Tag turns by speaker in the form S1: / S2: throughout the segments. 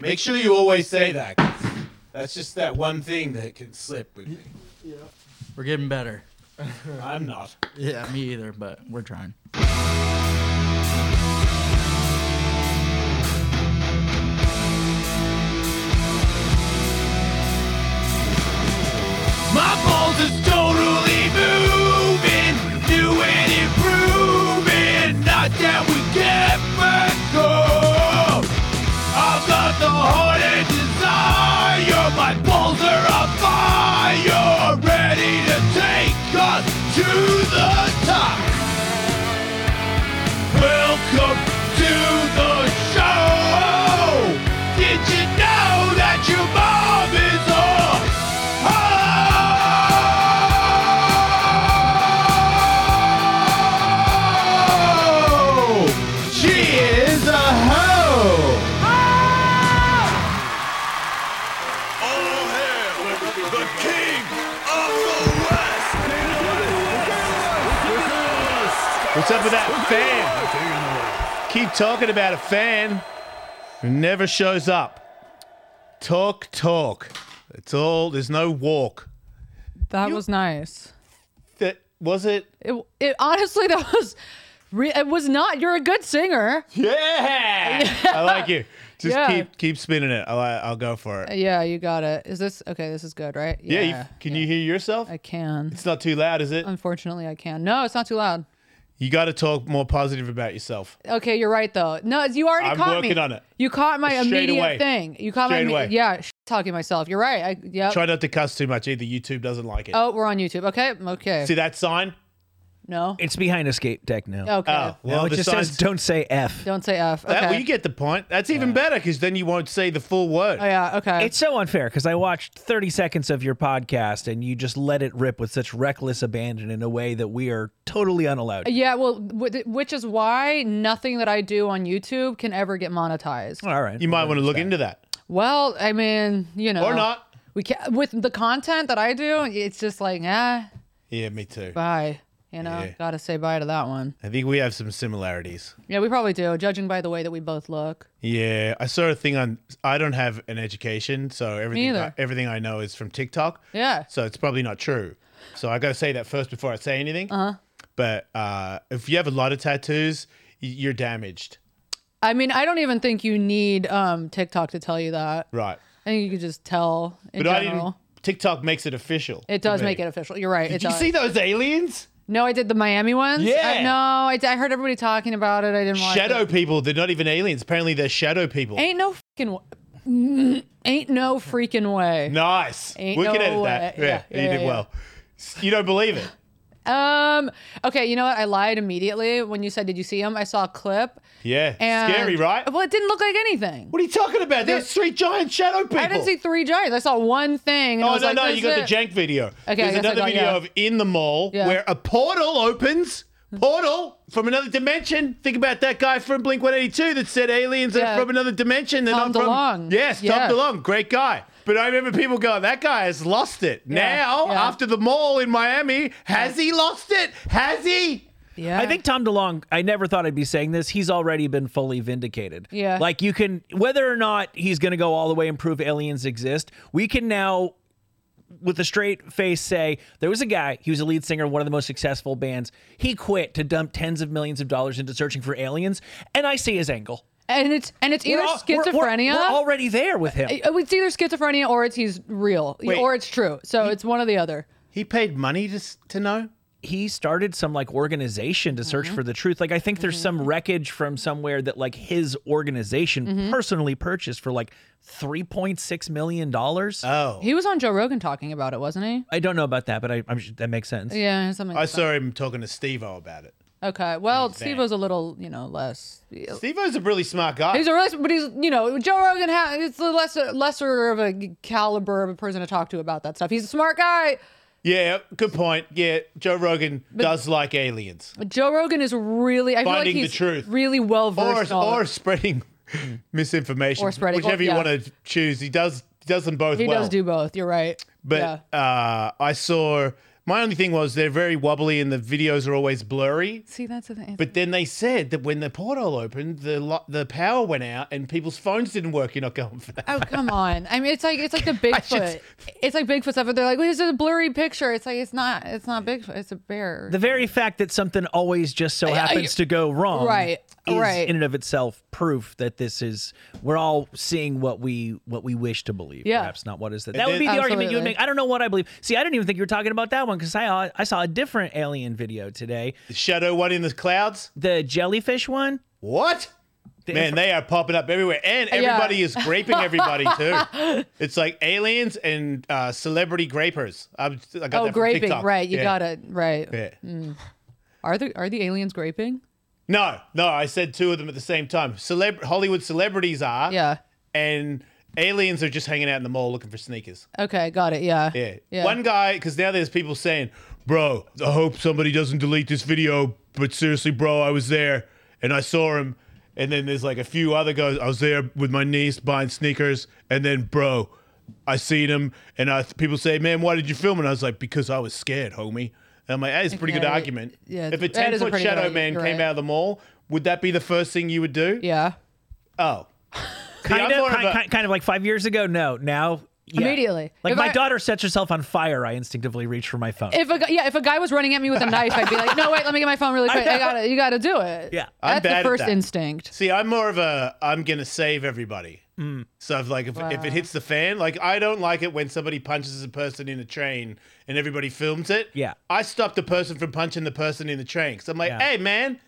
S1: Make sure you always say that. That's just that one thing that can slip with me.
S2: We're getting better.
S1: I'm not.
S2: Yeah, me either, but we're trying.
S1: My balls is totally moving, new and improving. Not that we get back home. I've got the heart and desire. My balls are on fire, ready to take us to the top. Welcome to the show. Did you know that your mom is a Oh! She is a hoe!
S3: All hail the king of the west.
S4: What's up with that fan? Keep talking about a fan who never shows up. Talk, talk. It's all. There's no walk.
S5: That was nice.
S4: That was it.
S5: It, it honestly that was re- it was not you're a good singer.
S4: Yeah. I like you. Just
S5: Yeah.
S4: keep keep spinning it. I'll I'll go for it.
S5: Yeah, you got it. Is this okay, this is good, right?
S4: Yeah. you, can you hear yourself?
S5: I Um, can.
S4: It's not too loud, is it?
S5: Unfortunately, I can. No, it's not too loud.
S4: You got to talk more positive about yourself.
S5: Okay, you're right though. No, you already
S4: I'm
S5: caught me.
S4: working on it.
S5: You caught my
S4: Straight
S5: immediate
S4: away.
S5: thing. You caught
S4: Straight
S5: my
S4: away.
S5: imme- yeah, sh- talking myself. You're right. I yeah.
S4: Try not to cuss too much either. YouTube doesn't like it.
S5: oh, we're on YouTube. Okay. Okay.
S4: See that sign?
S5: no.
S6: It's behind escape deck now.
S5: Okay.
S4: Oh,
S6: Now
S4: well,
S6: it
S4: the
S6: just
S4: sign
S6: says don't say F.
S5: Don't say F. Okay.
S4: That, well, you get the point. That's even better because then you won't say the full word.
S5: oh yeah, okay.
S6: It's so unfair because I watched 30 seconds of your podcast and you just let it rip with such reckless abandon in a way that we are totally unallowed.
S5: yeah, well, wh- which is why nothing that I do on YouTube can ever get monetized.
S6: All right.
S4: You might want to look into that.
S5: Well, I mean, you know,
S4: Or not.
S5: We can with the content that I do. It's just like, ah,
S4: Yeah, me too.
S5: bye. You know,
S4: Yeah.
S5: gotta say bye to that one.
S4: I think we have some similarities.
S5: Yeah, we probably do, judging by the way that we both look.
S4: Yeah, I saw a thing on. I don't have an education, so everything I,
S5: either.
S4: everything I know is from TikTok.
S5: Yeah.
S4: So it's probably not true. So I got to say that first before I say anything. Uh-huh. But uh, if you have a lot of tattoos, y- you're damaged.
S5: I mean, I don't even think you need um, TikTok to tell you that.
S4: Right.
S5: I think you could just tell in
S4: But I didn't.
S5: general.
S4: TikTok makes it official.
S5: It does make it official. You're right. it
S4: Did you
S5: does.
S4: see those aliens?
S5: No, I did the Miami ones.
S4: Yeah.
S5: I, no, I, I heard everybody talking about it. I didn't watch
S4: Shadow
S5: it.
S4: people. They're not even aliens. Apparently, they're shadow people.
S5: Ain't no freaking. w- Ain't no freaking way.
S4: Nice.
S5: Ain't
S4: we can edit
S5: no
S4: that.
S5: way.
S4: Yeah,
S5: Yeah,
S4: you
S5: yeah,
S4: did
S5: yeah.
S4: well. You don't believe it.
S5: Um. Okay. You know what? I lied immediately when you said, "Did you see him?" I saw a clip.
S4: Yeah.
S5: And
S4: Scary, right?
S5: Well, it didn't look like anything.
S4: What are you talking about? There's three giant shadow people.
S5: I didn't see three giants. I saw one thing. And I
S4: Oh
S5: was
S4: no
S5: like,
S4: no!
S5: "That's
S4: You got
S5: it."
S4: the jank video.
S5: I
S4: There's
S5: guess I
S4: another
S5: got-
S4: video
S5: yeah.
S4: of in the mall
S5: Yeah.
S4: where a portal opens. Portal from another dimension. Think about that guy from Blink 182 that said aliens
S5: Yeah.
S4: are from another dimension. They're
S5: Tom
S4: not from.
S5: DeLonge.
S4: Yes, Tom
S5: Yeah.
S4: DeLonge, great guy. But I remember people going, "That guy has lost it." Now,
S5: yeah.
S4: after the mall in Miami, has he lost it? Has he?
S5: Yeah.
S6: I think Tom DeLong, I never thought I'd be saying this. He's already been fully vindicated.
S5: Yeah.
S6: Like you can, whether or not he's going to go all the way and prove aliens exist, we can now, with a straight face, say there was a guy, he was a lead singer of one of the most successful bands. He quit to dump tens of millions of dollars into searching for aliens. And I see his angle.
S5: And it's and it's either
S6: We're all- we're-
S5: schizophrenia.
S6: we're- We're, already there with him.
S5: it- it's either schizophrenia or it's he's real
S4: Wait.
S5: or it's true. So it's one or the other.
S4: He paid money to s- to know.
S6: he started some like organization to
S5: Mm-hmm.
S6: search for the truth. Like I think there's some wreckage from somewhere that like his organization
S5: Mm-hmm.
S6: personally purchased for like 3.6 million dollars.
S4: Oh,
S5: He was on Joe Rogan talking about it, wasn't he?
S6: I don't know about that, but I I'm, sure that makes sense.
S5: Yeah, something.
S4: I
S5: Like
S4: saw him talking to Steve-O about it.
S5: that. Okay. Well, Steve was a little, you know, less. He's
S4: Steve-O's a really smart guy.
S5: a really, but he's, you know, Joe Rogan has it's the lesser, lesser of a caliber of a person to talk to about that stuff. He's a smart guy.
S4: yeah, good point. Yeah, Joe Rogan does like aliens.
S5: But Joe Rogan is really, I
S4: Finding the
S5: feel like he's
S4: truth.
S5: really well
S4: or
S5: versed.
S4: or spreading misinformation,
S5: Or spreading-
S4: whichever
S5: or- yeah.
S4: you want to choose. He does he does them both
S5: he
S4: well.
S5: does do both. You're right.
S4: but uh, I saw My only thing was they're very wobbly and the videos are always blurry.
S5: See, that's the thing.
S4: But then they said that when the portal opened, the lo- the power went out and people's phones didn't work. You're not going for that.
S5: Oh come on! I mean, it's like it's like the Bigfoot. It's like Bigfoot stuff. But they're like, well, it's just a blurry picture. It's like it's not. It's not Bigfoot. It's a bear.
S6: The very fact that something always just so happens to go wrong,
S5: Right,
S6: is
S5: right.
S6: in and of itself proof that this is we're all seeing what we what we wish to believe.
S5: Yeah.
S6: perhaps not what is that. That would
S4: then-
S6: be the argument you would
S5: Absolutely.
S6: make. I don't know what I believe. See, I didn't even think you were talking about that one because I I saw a different alien video today,
S4: The shadow one in the clouds.
S6: the jellyfish one.
S4: What? Man, they are popping up everywhere, and everybody is graping everybody too. It's like aliens and uh, celebrity grapers. I'm, I got
S5: oh,
S4: that from
S5: graping.
S4: TikTok.
S5: Right. You
S4: Yeah.
S5: got it. Hmm. Right.
S4: Yeah.
S5: Are the are the aliens graping?
S4: No, no, I said two of them at the same time. Celeb- Hollywood celebrities are,
S5: Yeah.
S4: and aliens are just hanging out in the mall looking for sneakers.
S5: Okay. Got it. Yeah.
S4: Yeah.
S5: Yeah.
S4: One guy, because now there's people saying, bro, I hope somebody doesn't delete this video, but seriously, bro, I was there and I saw him. And then there's like a few other guys, I was there with my niece buying sneakers. And then, bro, I seen him. And I, people say, man, why did you film it? And I was like, because I was scared, homie. And I'm like, that's a pretty good
S5: Okay.
S4: argument.
S5: Yeah,
S4: if a
S5: that
S4: 10
S5: is a
S4: foot
S5: pretty good
S4: shadow man
S5: argument. You're
S4: came
S5: right.
S4: out of the mall, would that be the first thing you would do?
S5: Yeah.
S4: Oh. See, I'm
S6: Kind of,
S4: more
S6: kind,
S4: a-
S6: kind, kind of like five years ago. No, now yeah.
S5: Immediately.
S6: Like
S5: If
S6: my
S5: I-
S6: daughter sets herself on fire, I instinctively reach for my phone.
S5: If a gu- yeah, if a guy was running at me with a knife, I'd be like, no, wait, let me get my phone really quick. I got to You got to do it.
S6: Yeah.
S4: I'm
S5: That's
S4: bad at
S5: the first
S4: that.
S5: instinct.
S4: See, I'm more of a I'm gonna save everybody.
S6: Mm.
S4: So if like if, if it hits the fan, like I don't like it when somebody punches a person in a train and everybody films it.
S6: Yeah.
S4: I stop the person from punching the person in the train because I'm like,
S6: Yeah.
S4: hey man,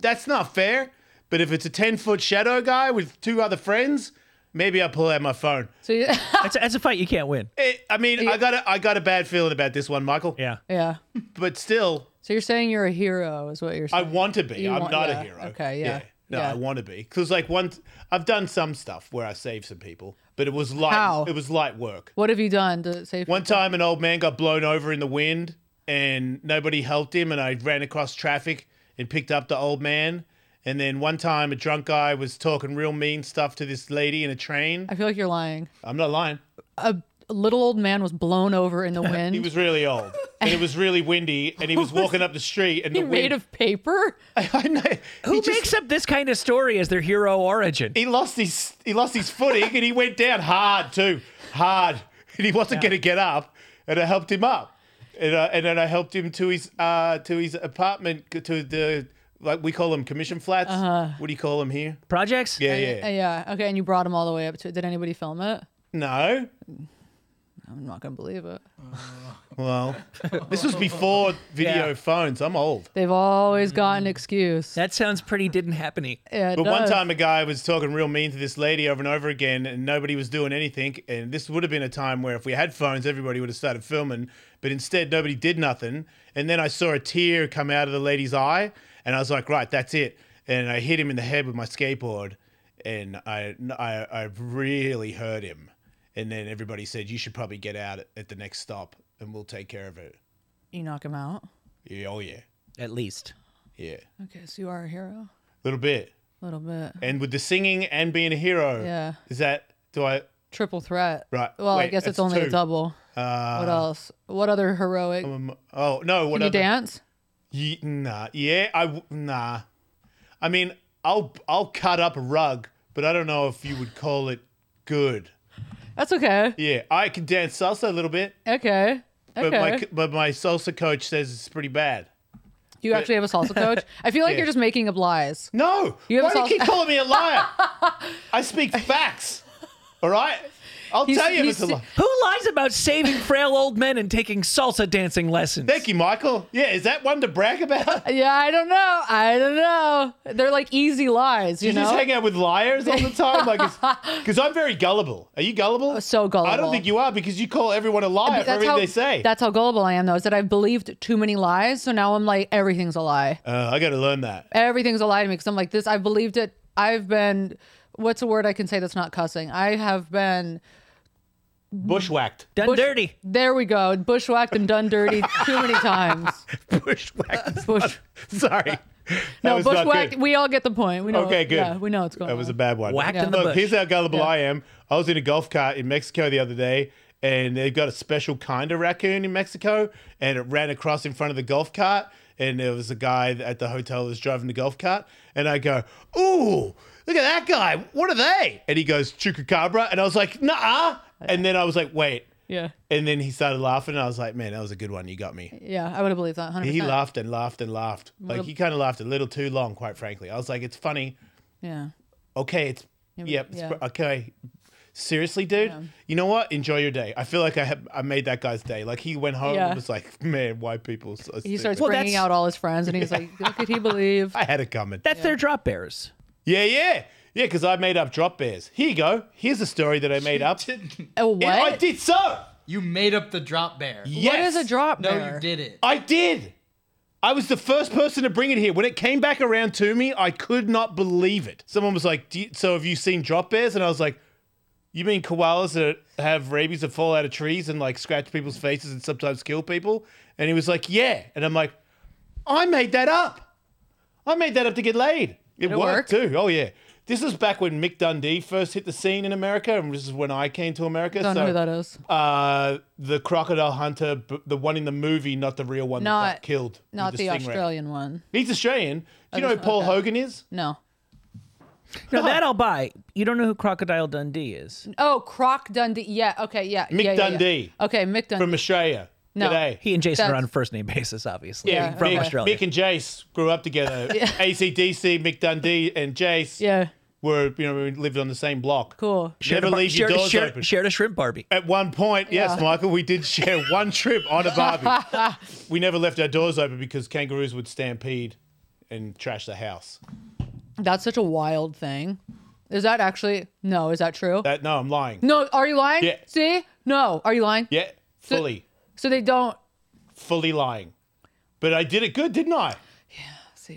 S4: that's not fair. But if it's a ten foot shadow guy with two other friends, maybe I'll pull out my phone.
S5: So you-
S6: that's, a, that's a fight you can't win.
S4: It, I mean, I got a, I got a bad feeling about this one, Michael.
S6: Yeah.
S5: yeah.
S4: But still,
S5: So you're saying you're a hero, is what you're
S4: I
S5: saying.
S4: want to be.
S5: You
S4: I'm
S5: want-
S4: not a
S5: yeah.
S4: hero.
S5: Okay, yeah.
S4: No,
S5: Yeah.
S4: I want to be because like once I've done some stuff where I saved some people, but it was light.
S5: How?
S4: It was light work.
S5: what have you done to save?
S4: One time, an old man got blown over in the wind, and nobody helped him. And I ran across traffic and picked up the old man. And then one time, a drunk guy was talking real mean stuff to this lady in a train.
S5: I feel like you're lying.
S4: I'm not lying.
S5: A little old man was blown over in the wind.
S4: He was really old, and it was really windy, and he was walking up the street, and the
S5: made
S4: wind.
S5: of paper.
S4: I know.
S6: Who
S4: He just-
S6: makes up this kind of story as their hero origin?
S4: he lost his he lost his footing and he went down hard too, hard, and he wasn't going to get up, and I helped him up, and uh, and then I helped him to his uh to his apartment to the like we call them commission flats. What do you call them here?
S6: Projects?
S4: Yeah, yeah.
S5: Uh-huh. Uh, yeah. Okay. And you brought him all the way up to it. Did anybody film it?
S4: No,
S5: I'm not gonna believe it.
S4: well, this was before video
S6: Yeah.
S4: phones. I'm old.
S5: They've always got an excuse.
S6: That sounds pretty didn't happen
S5: yeah, it
S4: Mm. But one
S5: does.
S4: time a guy was talking real mean to this lady over and over again, and nobody was doing anything. And this would have been a time where if we had phones, everybody would have started filming. But instead, nobody did nothing. And then I saw a tear come out of the lady's eye, and I was like, right, that's it. And I hit him in the head with my skateboard, and I, I, I really hurt him. And then everybody said, you should probably get out at the next stop, and we'll take care of it.
S5: you knock him out.
S4: Yeah, oh, yeah.
S6: At least.
S4: Yeah.
S5: Okay, so you are a hero.
S4: little bit.
S5: A little bit.
S4: And with the singing and being a hero,
S5: Yeah.
S4: is that, do I,
S5: Triple threat.
S4: Right.
S5: Well, I
S4: Wait,
S5: guess
S4: that's
S5: it's only
S4: two. Uh,
S5: a double. what else? What other heroic? Can
S4: Um, oh no! What
S5: you
S4: other-
S5: dance?
S4: Ye- nah, yeah, I w- nah. I mean, I'll I'll cut up a rug, but I don't know if you would call it good.
S5: That's okay.
S4: Yeah, I can dance salsa a little bit,
S5: Okay.
S4: but
S5: Okay.
S4: my but my salsa coach says it's pretty bad.
S5: you actually have a salsa coach? I feel like you're just making up lies.
S4: No,
S5: You
S4: why
S5: have
S4: do you
S5: salsa-
S4: keep calling me a liar? I speak facts. All right, I'll
S5: He's-
S4: tell you if
S5: he's-
S4: it's a lie.
S6: Who lies about saving frail old men and taking salsa dancing lessons?
S4: Thank you, Michael. Yeah, is that one to brag about?
S5: Yeah, I don't know. I don't know. They're like easy lies, you,
S4: You
S5: know?
S4: just hang out with liars all the time, like, because I'm very gullible. Are you gullible?
S5: Oh, so
S4: I don't
S5: gullible.
S4: think you are because you call everyone a liar for everything
S5: how,
S4: they say.
S5: that's how gullible I am, though, is that I've believed too many lies. So now I'm like, everything's a lie.
S4: Uh, I got to learn that.
S5: everything's a lie to me because I'm like this. I believed it. I've been. What's a word I can say that's not cussing? I have been.
S4: Bushwhacked.
S6: Done
S5: bush-
S6: dirty.
S5: There we go. Bushwhacked and done dirty too many times.
S4: Bushwhacked.
S5: Bush.
S4: Sorry. That
S5: No,
S4: was not
S5: bushwhacked.
S4: good.
S5: We all get the point. We know.
S4: Okay, good.
S5: Yeah, we know what's going
S4: That
S5: on.
S4: was a bad one.
S6: Whacked in the
S4: Look,
S6: bush.
S4: here's how gullible
S5: Yeah.
S4: I am. I was in a golf cart in Mexico the other day, and they've got a special kind of raccoon in Mexico, and it ran across in front of the golf cart, and there was a guy at the hotel that was driving the golf cart, and I go, ooh, look at that guy, what are they? And he goes, chupacabra, and I was like, nah, and then I was like, wait,
S5: Yeah.
S4: and then he started laughing, and I was like, man, that was a good one, you got me.
S5: Yeah, I would have believed that. 100%.
S4: He laughed and laughed and laughed. Like
S5: a-
S4: he kind of laughed a little too long, quite frankly. I was like, it's funny.
S5: Yeah.
S4: Okay, it's
S5: but-
S4: yep. it's
S5: yeah.
S4: pr- okay, seriously, dude. You know what? Enjoy your day. I feel like I have I made that guy's day. Like he went home
S5: Yeah.
S4: and was like, man, white people. So
S5: He
S4: stupid.
S5: starts
S6: Well,
S5: bringing
S6: that's-
S5: out all his friends, and he's like, "What could he believe?"
S4: I had it coming.
S6: That's their drop bears.
S4: yeah, yeah, yeah. Because I made up drop bears. Here you go. Here's a story that I made up.
S5: A what?
S4: And I did so.
S2: You made up the drop bear.
S4: Yes.
S5: What is a drop
S2: No,
S5: bear?
S2: you did it.
S4: I did. I was the first person to bring it here. When it came back around to me, I could not believe it. Someone was like, Do you, "So have you seen drop bears?" And I was like, "You mean koalas that have rabies that fall out of trees and like scratch people's faces and sometimes kill people?" And he was like, "Yeah." And I'm like, "I made that up. I made that up to get laid. It,
S5: it
S4: worked too. Oh yeah." This is back when Mick Dundee first hit the scene in America, and this is when I came to America.
S5: Don't
S4: so,
S5: know who that is.
S4: uh, the crocodile hunter, b- the one in the movie, not the real one that
S5: Not-
S4: got killed. with
S5: Not the,
S4: stingray.
S5: Australian one.
S4: He's Australian. Do you know who
S5: just-
S4: Paul
S5: okay.
S4: Hogan is?
S5: No.
S6: No, that I'll buy. You don't know who Crocodile Dundee is.
S5: Oh, Croc Dundee. Yeah. Okay. Yeah.
S4: Mick
S5: yeah, yeah, yeah.
S4: Dundee.
S5: Okay. Mick Dundee.
S4: From Australia.
S5: No.
S4: G'day.
S6: He and Jason are
S5: That's-
S6: on a first name basis, obviously.
S5: Yeah,
S6: from
S4: Mick,
S5: okay.
S6: Australia.
S4: Mick and Jace grew up together. ACDC, Mick Dundee, and Jace
S5: yeah.
S4: were, you know, we lived on the same block.
S5: Cool.
S6: Shared a
S4: Never
S6: bar-
S4: leave your
S6: shared a-
S4: doors
S6: shared-
S4: open.
S6: shared a shrimp Barbie.
S4: At one point, yes,
S5: Yeah.
S4: Michael, we did share one trip on a Barbie. we never left our doors open because kangaroos would stampede and trash the house.
S5: That's such a wild thing. Is that actually no? Is that true?
S4: That no, I'm lying.
S5: no. Are you lying?
S4: Yeah.
S5: See? No. Are you lying?
S4: Yeah, fully.
S5: So they don't.
S4: fully lying. But I did it good, didn't I? Yeah.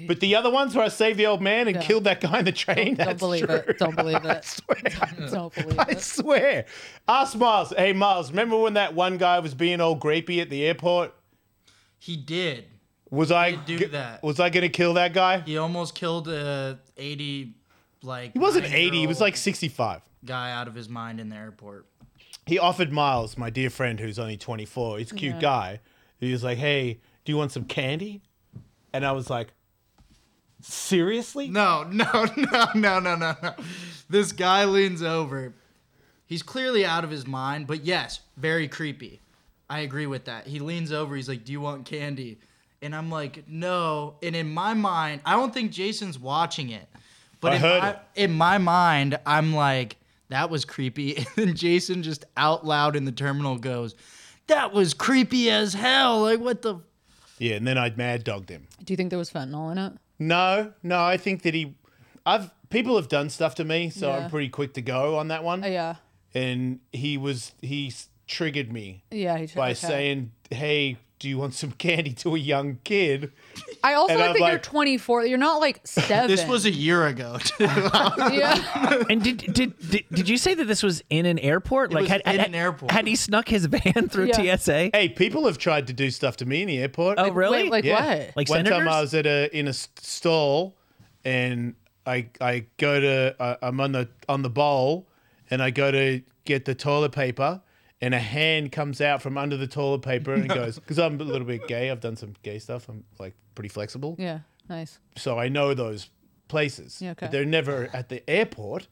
S4: But the other ones where I saved the old man and killed that guy in the train,
S5: Don't
S4: that's
S5: believe
S4: true.
S5: it. Don't believe
S4: I
S5: it.
S4: swear.
S5: don't believe
S4: I
S5: it.
S4: swear. Ask Miles. Hey, Miles, remember when that one guy was being all grapey at the airport?
S2: He did.
S4: Was I
S2: did do
S4: g-
S2: that.
S4: Was I gonna kill that guy?
S2: He almost killed a 80, like.
S4: He wasn't 80. He was like 65.
S2: Guy out of his mind in the airport.
S4: he offered Miles, my dear friend who's only 24, he's a cute guy. He was like, "Hey, do you want some candy?" And I was like, "Seriously?"
S2: No, no, no, no, no, no, no. This guy leans over. He's clearly out of his mind, but yes, very creepy. I agree with that. He leans over. He's like, "Do you want candy?" And I'm like, "No." And in my mind, I don't think Jason's watching it. But
S4: I
S2: in,
S4: heard
S2: my,
S4: it.
S2: in my mind, I'm like, "That was creepy." And then Jason just out loud in the terminal goes, "That was creepy as hell." Like, what the?
S4: Yeah, and then I mad dogged him.
S5: Do you think there was fentanyl in it?
S4: No, no, I think that he, I've people have done stuff to me, so
S5: Yeah.
S4: I'm pretty quick to go on that one.
S5: Oh, yeah.
S4: And he was he s- triggered me
S5: Yeah. He tried
S4: by
S5: okay.
S4: saying, "Hey, do you want some candy?" to a young kid.
S5: I also
S4: and I'm
S5: think you're
S4: like-
S5: 24. You're not like seven.
S2: This was a year ago. too.
S5: yeah.
S6: And did, did did did you say that this was in an airport? like
S2: was
S6: had,
S2: in
S6: had-
S2: an airport.
S6: Had he snuck his van through
S5: Yeah.
S6: TSA?
S4: Hey, people have tried to do stuff to me in the airport.
S6: oh, really?
S5: Wait, like
S4: Yeah.
S5: what?
S6: Like
S4: one time
S6: senators?
S4: I was at a in a s- stall, and I I go to I I'm on the on the bowl, and I go to get the toilet paper, and a hand comes out from under the toilet paper and goes because I'm a little bit gay. I've done some gay stuff. I'm like pretty flexible,
S5: yeah. Nice.
S4: so I know those places.
S5: Yeah, okay.
S4: But they're never at the airport,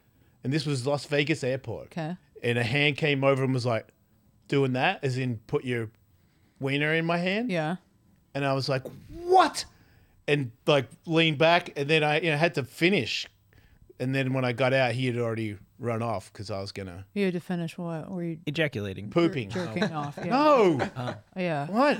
S4: and this was Las Vegas airport.
S5: Okay.
S4: And a hand came over and was like, doing that as in put your wiener in my hand
S5: Yeah.
S4: and I was like, "What?" and like leaned back, and then I you know, had to finish, and then when I got out, he had already run off because I was gonna
S5: You had to finish what? Were you
S6: Ejaculating.
S4: pooping.
S5: jerking off? Yeah.
S4: No,
S6: Uh-huh.
S5: Yeah.
S4: what?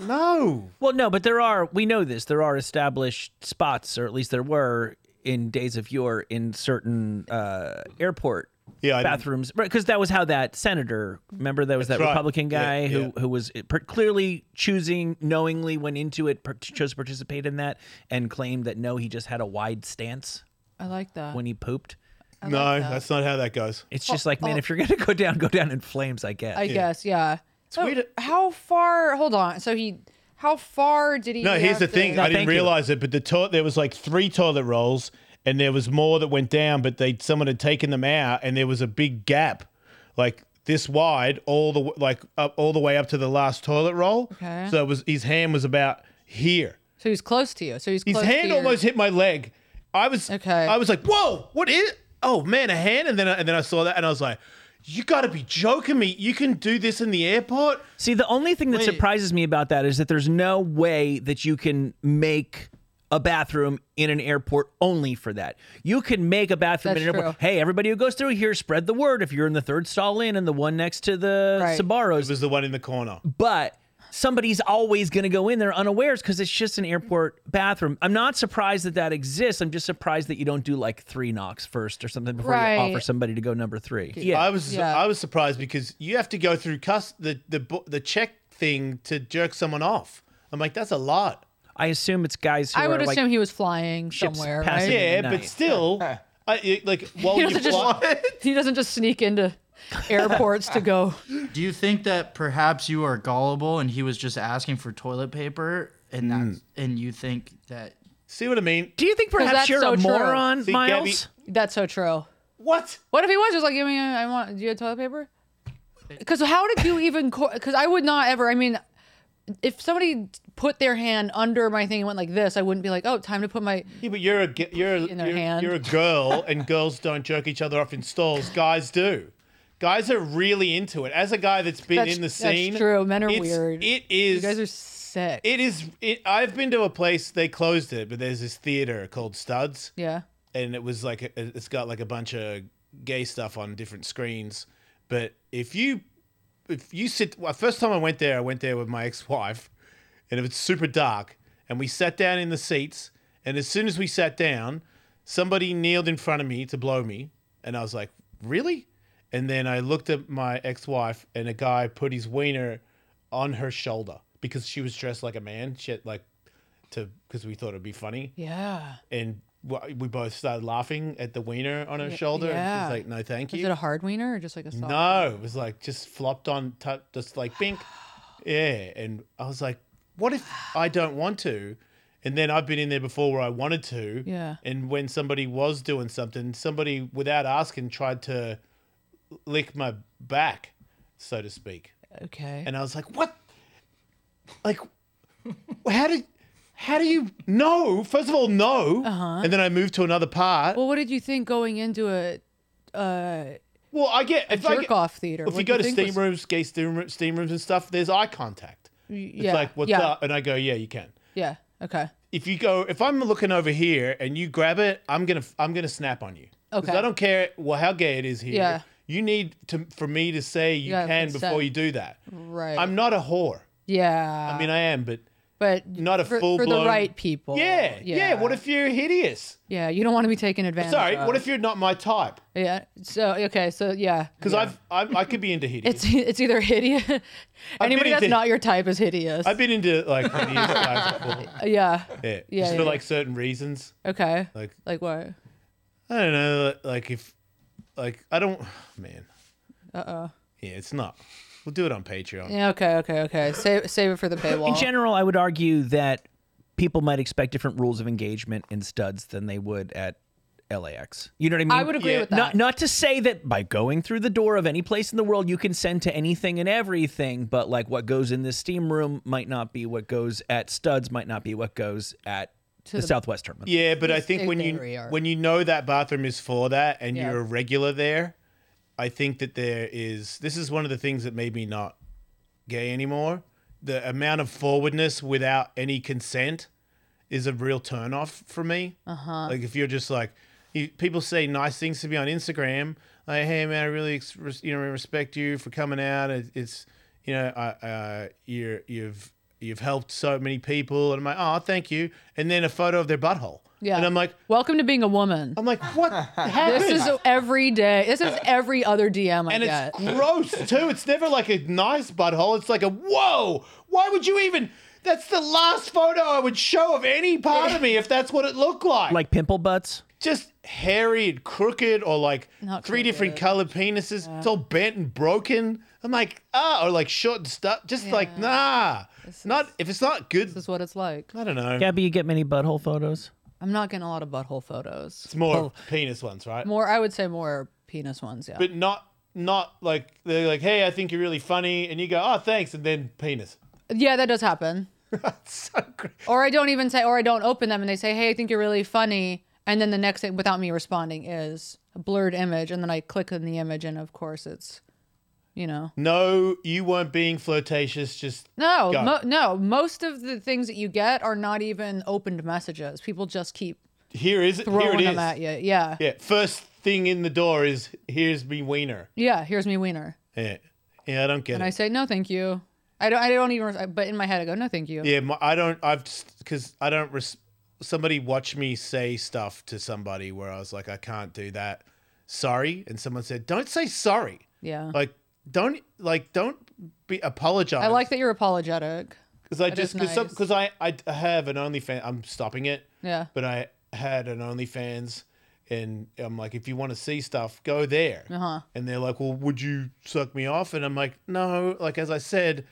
S4: No.
S6: Well, no, but there are. We know this. There are established spots, or at least there were in days of yore in certain uh, airport
S4: Yeah, I didn't-
S6: bathrooms, because that was how that senator. Remember, that was that
S4: right.
S6: Republican
S4: Yeah,
S6: guy who
S4: yeah.
S6: who was eh, per- clearly choosing knowingly went into it, per- chose to participate in that, and claimed that no, he just had a wide stance
S5: I like that.
S6: when he pooped.
S4: no, that's not how that goes.
S6: It's just like, man, if you're gonna go down, go down in flames. I guess.
S5: Oh, I guess, yeah. So
S4: weird-
S5: How far? Hold on. So he, how far did he?
S4: No, here's
S5: have
S4: the
S5: to-
S4: thing.
S6: No,
S4: I didn't
S6: thank you.
S4: realize it, but the toilet there was like three toilet rolls, and there was more that went down, but they someone had taken them out, and there was a big gap, like this wide all the w- like up all the way up to the last toilet roll.
S5: Okay.
S4: So it was his hand was about here.
S5: So he's close to you. So he's
S4: His
S5: close to
S4: hand
S5: your-
S4: almost hit my leg. I was
S5: Okay.
S4: I was like, whoa, what is? Oh man, a hand, and then I, and then I saw that, and I was like, you got to be joking me! You can do this in the airport?
S6: See, the only thing that
S2: Wait.
S6: surprises me about that is that there's no way that you can make a bathroom in an airport only for that. You can make a bathroom in
S5: That's
S6: an airport.
S5: true.
S6: Hey, everybody who goes through here, spread the word if you're in the third stall in and the one next to the
S5: Right.
S6: Sabaros.
S4: It was the one in the corner.
S6: but somebody's always going to go in there unawares because it's just an airport bathroom. I'm not surprised that that exists. I'm just surprised that you don't do like three knocks first or something before
S5: Right.
S6: you offer somebody to go number three. Yeah.
S4: I was
S5: Yeah.
S4: I was surprised because you have to go through cuss the the bo- the check thing to jerk someone off. I'm like, that's a lot.
S6: I assume it's guys who
S5: I would
S6: are
S5: assume
S6: like,
S5: he was flying
S6: ships
S5: somewhere.
S6: passing-
S5: Right?
S4: Yeah,
S6: Night.
S4: but still, I, it- like while
S5: He
S4: you
S5: doesn't
S4: fly,
S5: just he doesn't just sneak into airports to go.
S2: Do you think that perhaps you are gullible and he was just asking for toilet paper and that's and you think that
S4: see what I mean?
S6: do you think perhaps
S5: that's
S6: you're
S5: so
S6: a
S5: true.
S6: moron,
S4: See, Gabby- uh,
S6: Miles?
S5: That's so true.
S4: What?
S5: What if he was just like, give me, a, I want, do you have toilet paper? Because how did you even, because I would not ever, I mean, if somebody put their hand under my thing and went like this, I wouldn't be like, oh, time to put my,
S4: Yeah, but you're a ge- you're a,
S5: their
S4: you're,
S5: hand.
S4: you're a girl, and girls don't jerk each other off in stalls. Guys do. Guys are really into it. As a guy that's been
S5: That's-
S4: in the
S5: that's
S4: scene,
S5: true. Men are
S4: it's-
S5: weird.
S4: It is.
S5: you guys are sick.
S4: It is. It, I've been to a place they closed it, but there's this theater called Studs.
S5: yeah.
S4: and it was like a, it's got like a bunch of gay stuff on different screens. But if you if you sit, well, first time I went there, I went there with my ex-wife, and it was super dark, and we sat down in the seats, and as soon as we sat down, somebody kneeled in front of me to blow me, and I was like, really? And then I looked at my ex-wife, and a guy put his wiener on her shoulder because she was dressed like a man. She had like to because we thought it'd be funny
S5: Yeah.
S4: and w- we both started laughing at the wiener on her shoulder. And
S5: yeah.
S4: she's like, "No, thank
S5: Is
S4: you."
S5: it a hard wiener or just like a soft?
S4: no, it was like just flopped on, t- just like bink. Yeah, and I was like, "What if I don't want to?" And then I've been in there before where I wanted to.
S5: Yeah.
S4: And when somebody was doing something, somebody without asking tried to lick my back, so to speak.
S5: Okay.
S4: And I was like, "What? Like, how did?" How do you know? First of all, no. Uh-huh. And then I moved to another part.
S5: well, what did you think going into a
S4: Well, I get if I
S5: jerk
S4: get-
S5: off theater?
S4: If you
S5: What'd
S4: go to
S5: think
S4: steam
S5: was-
S4: rooms, gay steam, room, steam rooms and stuff, there's eye contact. It's
S5: yeah,
S4: like, what's
S5: yeah,
S4: up? And I go, yeah, you can.
S5: Yeah. Okay.
S4: If you go, if I'm looking over here and you grab it, I'm gonna, I'm gonna snap on you. 'Cause
S5: Okay.
S4: I don't care well how gay it is here.
S5: Yeah.
S4: You need to for me to say you
S5: gotta
S4: can
S5: consent.
S4: before you do that.
S5: Right.
S4: I'm not a whore.
S5: yeah.
S4: I mean, I am, but
S5: but
S4: not a
S5: for,
S4: full
S5: for
S4: blown.
S5: the right people.
S4: Yeah, yeah. What if you're hideous?
S5: Yeah. You don't want to be taken advantage.
S4: Sorry.
S5: of.
S4: What if you're not my type?
S5: Yeah. So okay. So yeah.
S4: Because I've, I, I could be into hideous.
S5: It's it's either hideous. Anybody that's
S4: into-
S5: not your type is hideous. Uh,
S4: I've been into like hideous guys before.
S5: yeah.
S4: Yeah.
S5: Yeah,
S4: just
S5: yeah,
S4: for
S5: yeah.
S4: like certain reasons.
S5: Okay. Like,
S4: Like
S5: what?
S4: I don't know. Like if like I don't man. Uh oh. Yeah, it's not. We'll do it on Patreon.
S5: Uh-uh. Yeah. Okay. Okay. Okay. Save save it for the paywall.
S6: In general, I would argue that people might expect different rules of engagement in studs than they would at LAX. You know what I mean?
S5: I would agree
S4: Yeah.
S5: with that.
S6: Not, not to say that by going through the door of any place in the world you can send to anything and everything, but like what goes in this steam room might not be what goes at studs, might not be what goes at the, Southwest tournament.
S4: Yeah, but I think
S5: stay
S4: when you
S5: there we are.
S4: when you know that bathroom is for that and
S5: Yeah.
S4: you're a regular there, I think that there is this is one of the things that made me not gay anymore. The amount of forwardness without any consent is a real turnoff for me. Uh-huh. Like if you're just like you, people say nice things to me on Instagram, like hey man, I really ex- res- you know respect you for coming out. It, it's you know I uh, you're you've you've helped so many people, and I'm like oh thank you, and then a photo of their butthole.
S5: yeah.
S4: And I'm like
S5: welcome to being a woman.
S4: I'm like what happened?
S5: This is every day. This is every other DM I
S4: and
S5: get.
S4: it's gross too. It's never like a nice butthole. It's like a whoa. Why would you even? That's the last photo I would show of any part of me if that's what it looked like.
S6: Like pimple butts.
S4: just hairy and crooked or like
S5: Not
S4: three different
S5: crooked.
S4: colored penises. It's all bent and broken. I'm like, ah, or like short and stuff. Just like, nah. not if it's not good.
S5: this is what it's like.
S4: I don't know.
S6: Gabby, you get many butthole photos?
S5: I'm not getting a lot of butthole photos.
S4: It's more penis ones, right?
S5: More, I would say more penis ones. Yeah.
S4: But not not like they're like, hey, I think you're really funny, and you go, oh, thanks, and then penis.
S5: Yeah, that does happen.
S4: So great.
S5: Or I don't even say, or I don't open them, and they say, "Hey, I think you're really funny," and then the next thing, without me responding, is a blurred image, and then I click on the image, and of course, it's, you know,
S4: No, you weren't being flirtatious. Just
S5: no,
S4: Got
S5: mo-
S4: it.
S5: no. Most of the things that you get are not even opened messages. People just keep
S4: here is it. Here
S5: throwing
S4: it
S5: them
S4: is.
S5: at you. Yeah. yeah,
S4: Yeah. First thing in the door is here's me wiener.
S5: Here's me wiener,
S4: Yeah. Yeah, I don't get
S5: and
S4: it.
S5: I say, "No, thank you." I don't. I don't even. res- But in my head, I go, "No, thank you."
S4: Yeah, my, I don't. I've because I don't. Res- somebody watched me say stuff to somebody where I was like, I can't do that. Sorry, and someone said, "Don't say sorry."
S5: Yeah.
S4: Like, don't like don't be apologize.
S5: I like that you're apologetic.
S4: because I
S5: that is
S4: just because
S5: nice.
S4: because I I have an OnlyFans. I'm stopping it.
S5: Yeah.
S4: But I had an OnlyFans. And I'm like, if you want to see stuff, go there.
S5: Uh-huh.
S4: And they're like, well, would you suck me off? And I'm like, no. Like as I said,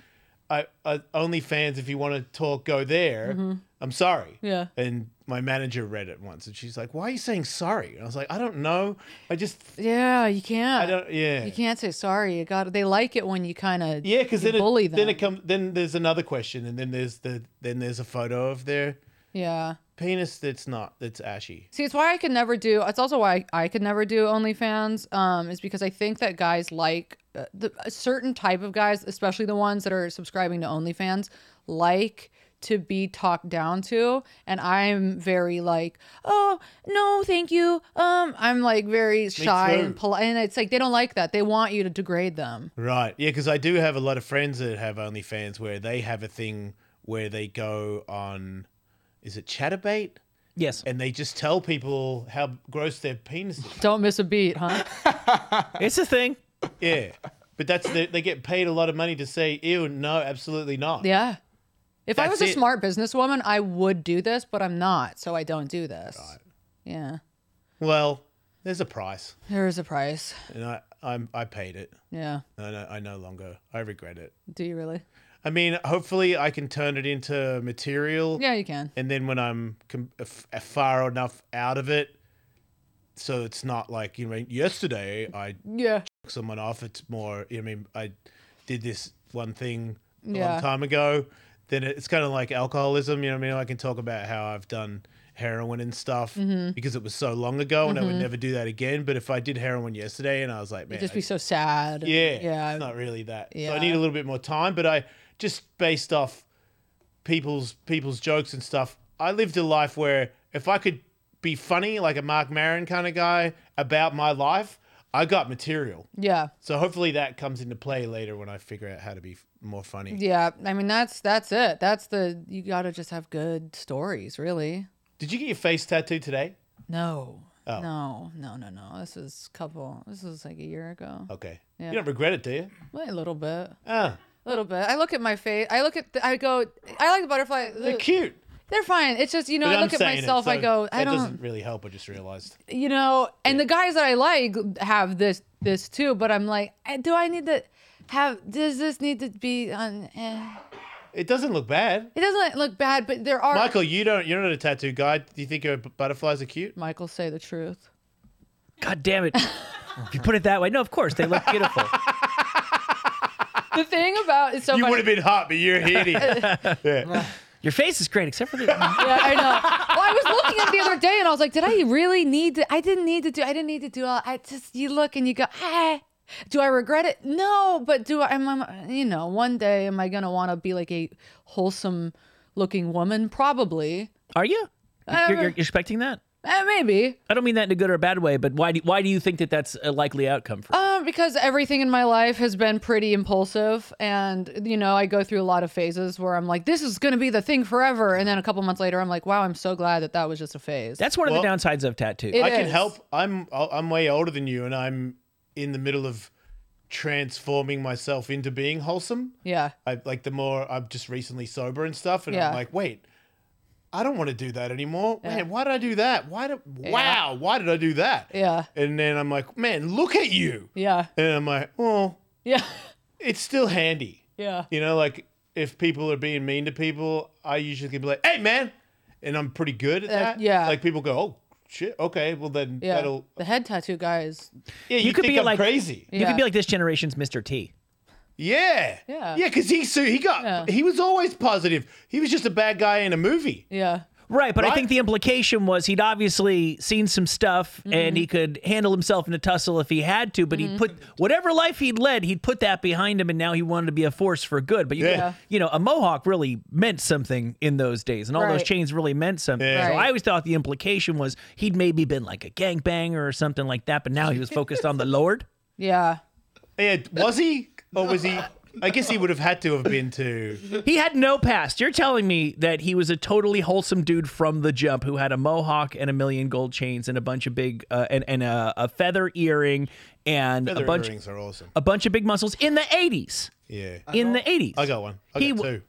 S4: I, I OnlyFans. If you want to talk, go there. I'm sorry.
S5: Mm-hmm. Yeah.
S4: And my manager read it once, and she's like, why are you saying sorry? And I was like, I don't know. I just
S5: Yeah, you can't.
S4: I don't. Yeah.
S5: You can't say sorry. You got. They like it when you kind of
S4: Yeah, because then it,
S5: bully them.
S4: then it comes. Then there's another question, and then there's the then there's a photo of their
S5: yeah.
S4: penis that's not that's ashy.
S5: See, it's why I could never do. It's also why I, I could never do OnlyFans. Um, is because I think that guys like uh, the, a certain type of guys, especially the ones that are subscribing to OnlyFans, like to be talked down to and i'm very like oh no thank you um i'm like very shy
S4: too.
S5: and polite and it's like they don't like that they want you to degrade them
S4: Right. Yeah, because I do have a lot of friends that have OnlyFans where they have a thing where they go on, is it ChatterBait,
S6: Yes.
S4: and they just tell people how gross their penis is.
S5: don't miss a beat huh
S6: It's a thing.
S4: Yeah. But that's the, they get paid a lot of money to say, ew, no, absolutely not.
S5: Yeah. If I
S4: That's
S5: was a
S4: it.
S5: smart businesswoman, I would do this, but I'm not, so I don't do this. Yeah.
S4: Well, there's a price,
S5: There is a price.
S4: and I I'm, I paid it.
S5: Yeah.
S4: I no, I no longer I regret it.
S5: Do you really?
S4: I mean, hopefully I can turn it into material.
S5: Yeah, you can.
S4: And then when I'm com- uh, f- far enough out of it, so it's not like, you know, yesterday I
S5: Yeah.
S4: took someone off. It's more, you know, I mean, I did this one thing a
S5: Yeah.
S4: long time ago. Then it's kind of like alcoholism, you know what I mean? I can talk about how I've done heroin and stuff
S5: Mm-hmm.
S4: because it was so long ago and I would never do that again. But if I did heroin yesterday and I was like, man,
S5: Just
S4: I
S5: be so sad.
S4: yeah.
S5: Yeah.
S4: It's not really that. So
S5: Yeah.
S4: I need a little bit more time, but I just based off people's people's jokes and stuff, I lived a life where if I could be funny like a Mark Maron kind of guy about my life, I got material.
S5: yeah.
S4: So hopefully that comes into play later when I figure out how to be f- more funny.
S5: Yeah. I mean, that's that's it. That's the you got to just have good stories, really.
S4: Did you get your face tattooed today?
S5: No.
S4: Oh.
S5: No, no, no, no. This is couple. This was like a year ago.
S4: Okay. You don't regret it, do you?
S5: Wait, a little bit,
S4: Ah,
S5: a little bit. I look at my face. I look at. The, I go. I like the butterfly.
S4: they're cute.
S5: They're fine. It's just you know
S4: But
S5: I
S4: I'm
S5: look at
S4: saying it,
S5: myself. I
S4: so
S5: go
S4: that
S5: I
S4: doesn't
S5: don't
S4: really help. I just realized.
S5: you know. And the guys that I like have this this too. But I'm like, "Eh, do I need to have? Does this need to be on? Eh.
S4: It doesn't look bad.
S5: It doesn't look bad, but there are.
S4: Michael, you don't. You're not a tattoo guy. Do you think your b- butterflies are cute?
S5: Michael, say the truth.
S6: God damn it. if you put it that way, no, of course they look beautiful.
S5: The thing about it's so
S4: You
S5: funny.
S4: would have been hot, but you're hitting.
S6: Your face is great, except for the.
S5: Yeah, I know. Well, I was looking at it the other day and I was like, did I really need to? I didn't need to do. I didn't need to do all. I just you look and you go, ah. Do I regret it? No, but do I? Am I you know, one day am I gonna want to be like a wholesome looking woman? Probably.
S6: Are you? You're, you're, you're expecting that?
S5: Eh, maybe.
S6: I don't mean that in a good or a bad way, but why do, why do you think that that's a likely outcome for you?
S5: Um, because everything in my life has been pretty impulsive, and you know, I go through a lot of phases where I'm like, this is gonna be the thing forever, and then a couple months later, I'm like, wow, I'm so glad that that was just a phase.
S6: That's one of the
S4: well-
S6: downsides of tattoos.
S5: It
S4: I can
S5: is.
S4: help. I'm I'm way older than you, and I'm in the middle of transforming myself into being wholesome.
S5: yeah.
S4: I like the more I'm just recently sober and stuff, and
S5: Yeah.
S4: I'm like, wait, I don't want to do that anymore. Man, why did I do that? Why did wow? Why did I do that?
S5: Yeah.
S4: And then I'm like, man, look at you.
S5: Yeah.
S4: And I'm like, well,
S5: Yeah.
S4: it's still handy.
S5: Yeah.
S4: You know, like if people are being mean to people, I usually can be like, "Hey, man," and I'm pretty good at that.
S5: yeah.
S4: Like people go, "Oh, shit. Okay, well then
S5: Yeah.
S4: that'll.
S5: The head tattoo guy is.
S4: Yeah, you,
S6: could
S4: think
S6: be
S4: I'm
S6: like-
S4: crazy.
S6: You
S5: Yeah.
S6: could be like this generation's Mr. T.
S4: Yeah.
S5: Yeah.
S4: Yeah, because he so he got
S5: Yeah.
S4: he was always positive. He was just a bad guy in a movie.
S5: Yeah.
S6: Right, but I
S4: Right?
S6: think the implication was he'd obviously seen some stuff and
S5: Mm-hmm.
S6: he could handle himself in a tussle if he had to, but he put whatever life he'd led, he'd put that behind him and now he wanted to be a force for good. But you
S4: Yeah.
S6: could- you know, a mohawk really meant something in those days and all those
S5: Right.
S6: chains really meant something.
S4: Yeah.
S6: So
S5: Right.
S6: I always thought the implication was he'd maybe been like a gangbanger or something like that, but now he was focused on the Lord.
S5: Yeah.
S4: Yeah, was he or was he? I guess he would have had to have been to.
S6: He had no past. You're telling me that he was a totally wholesome dude from the jump who had a mohawk and a million gold chains and a bunch of big uh, and and a, a feather earring and
S4: Feather
S6: a bunch
S4: earrings are awesome.
S6: a bunch of big muscles in the 80s.
S4: Yeah,
S6: In the 80s.
S4: I got one. I
S6: he
S4: got
S6: w-
S4: two.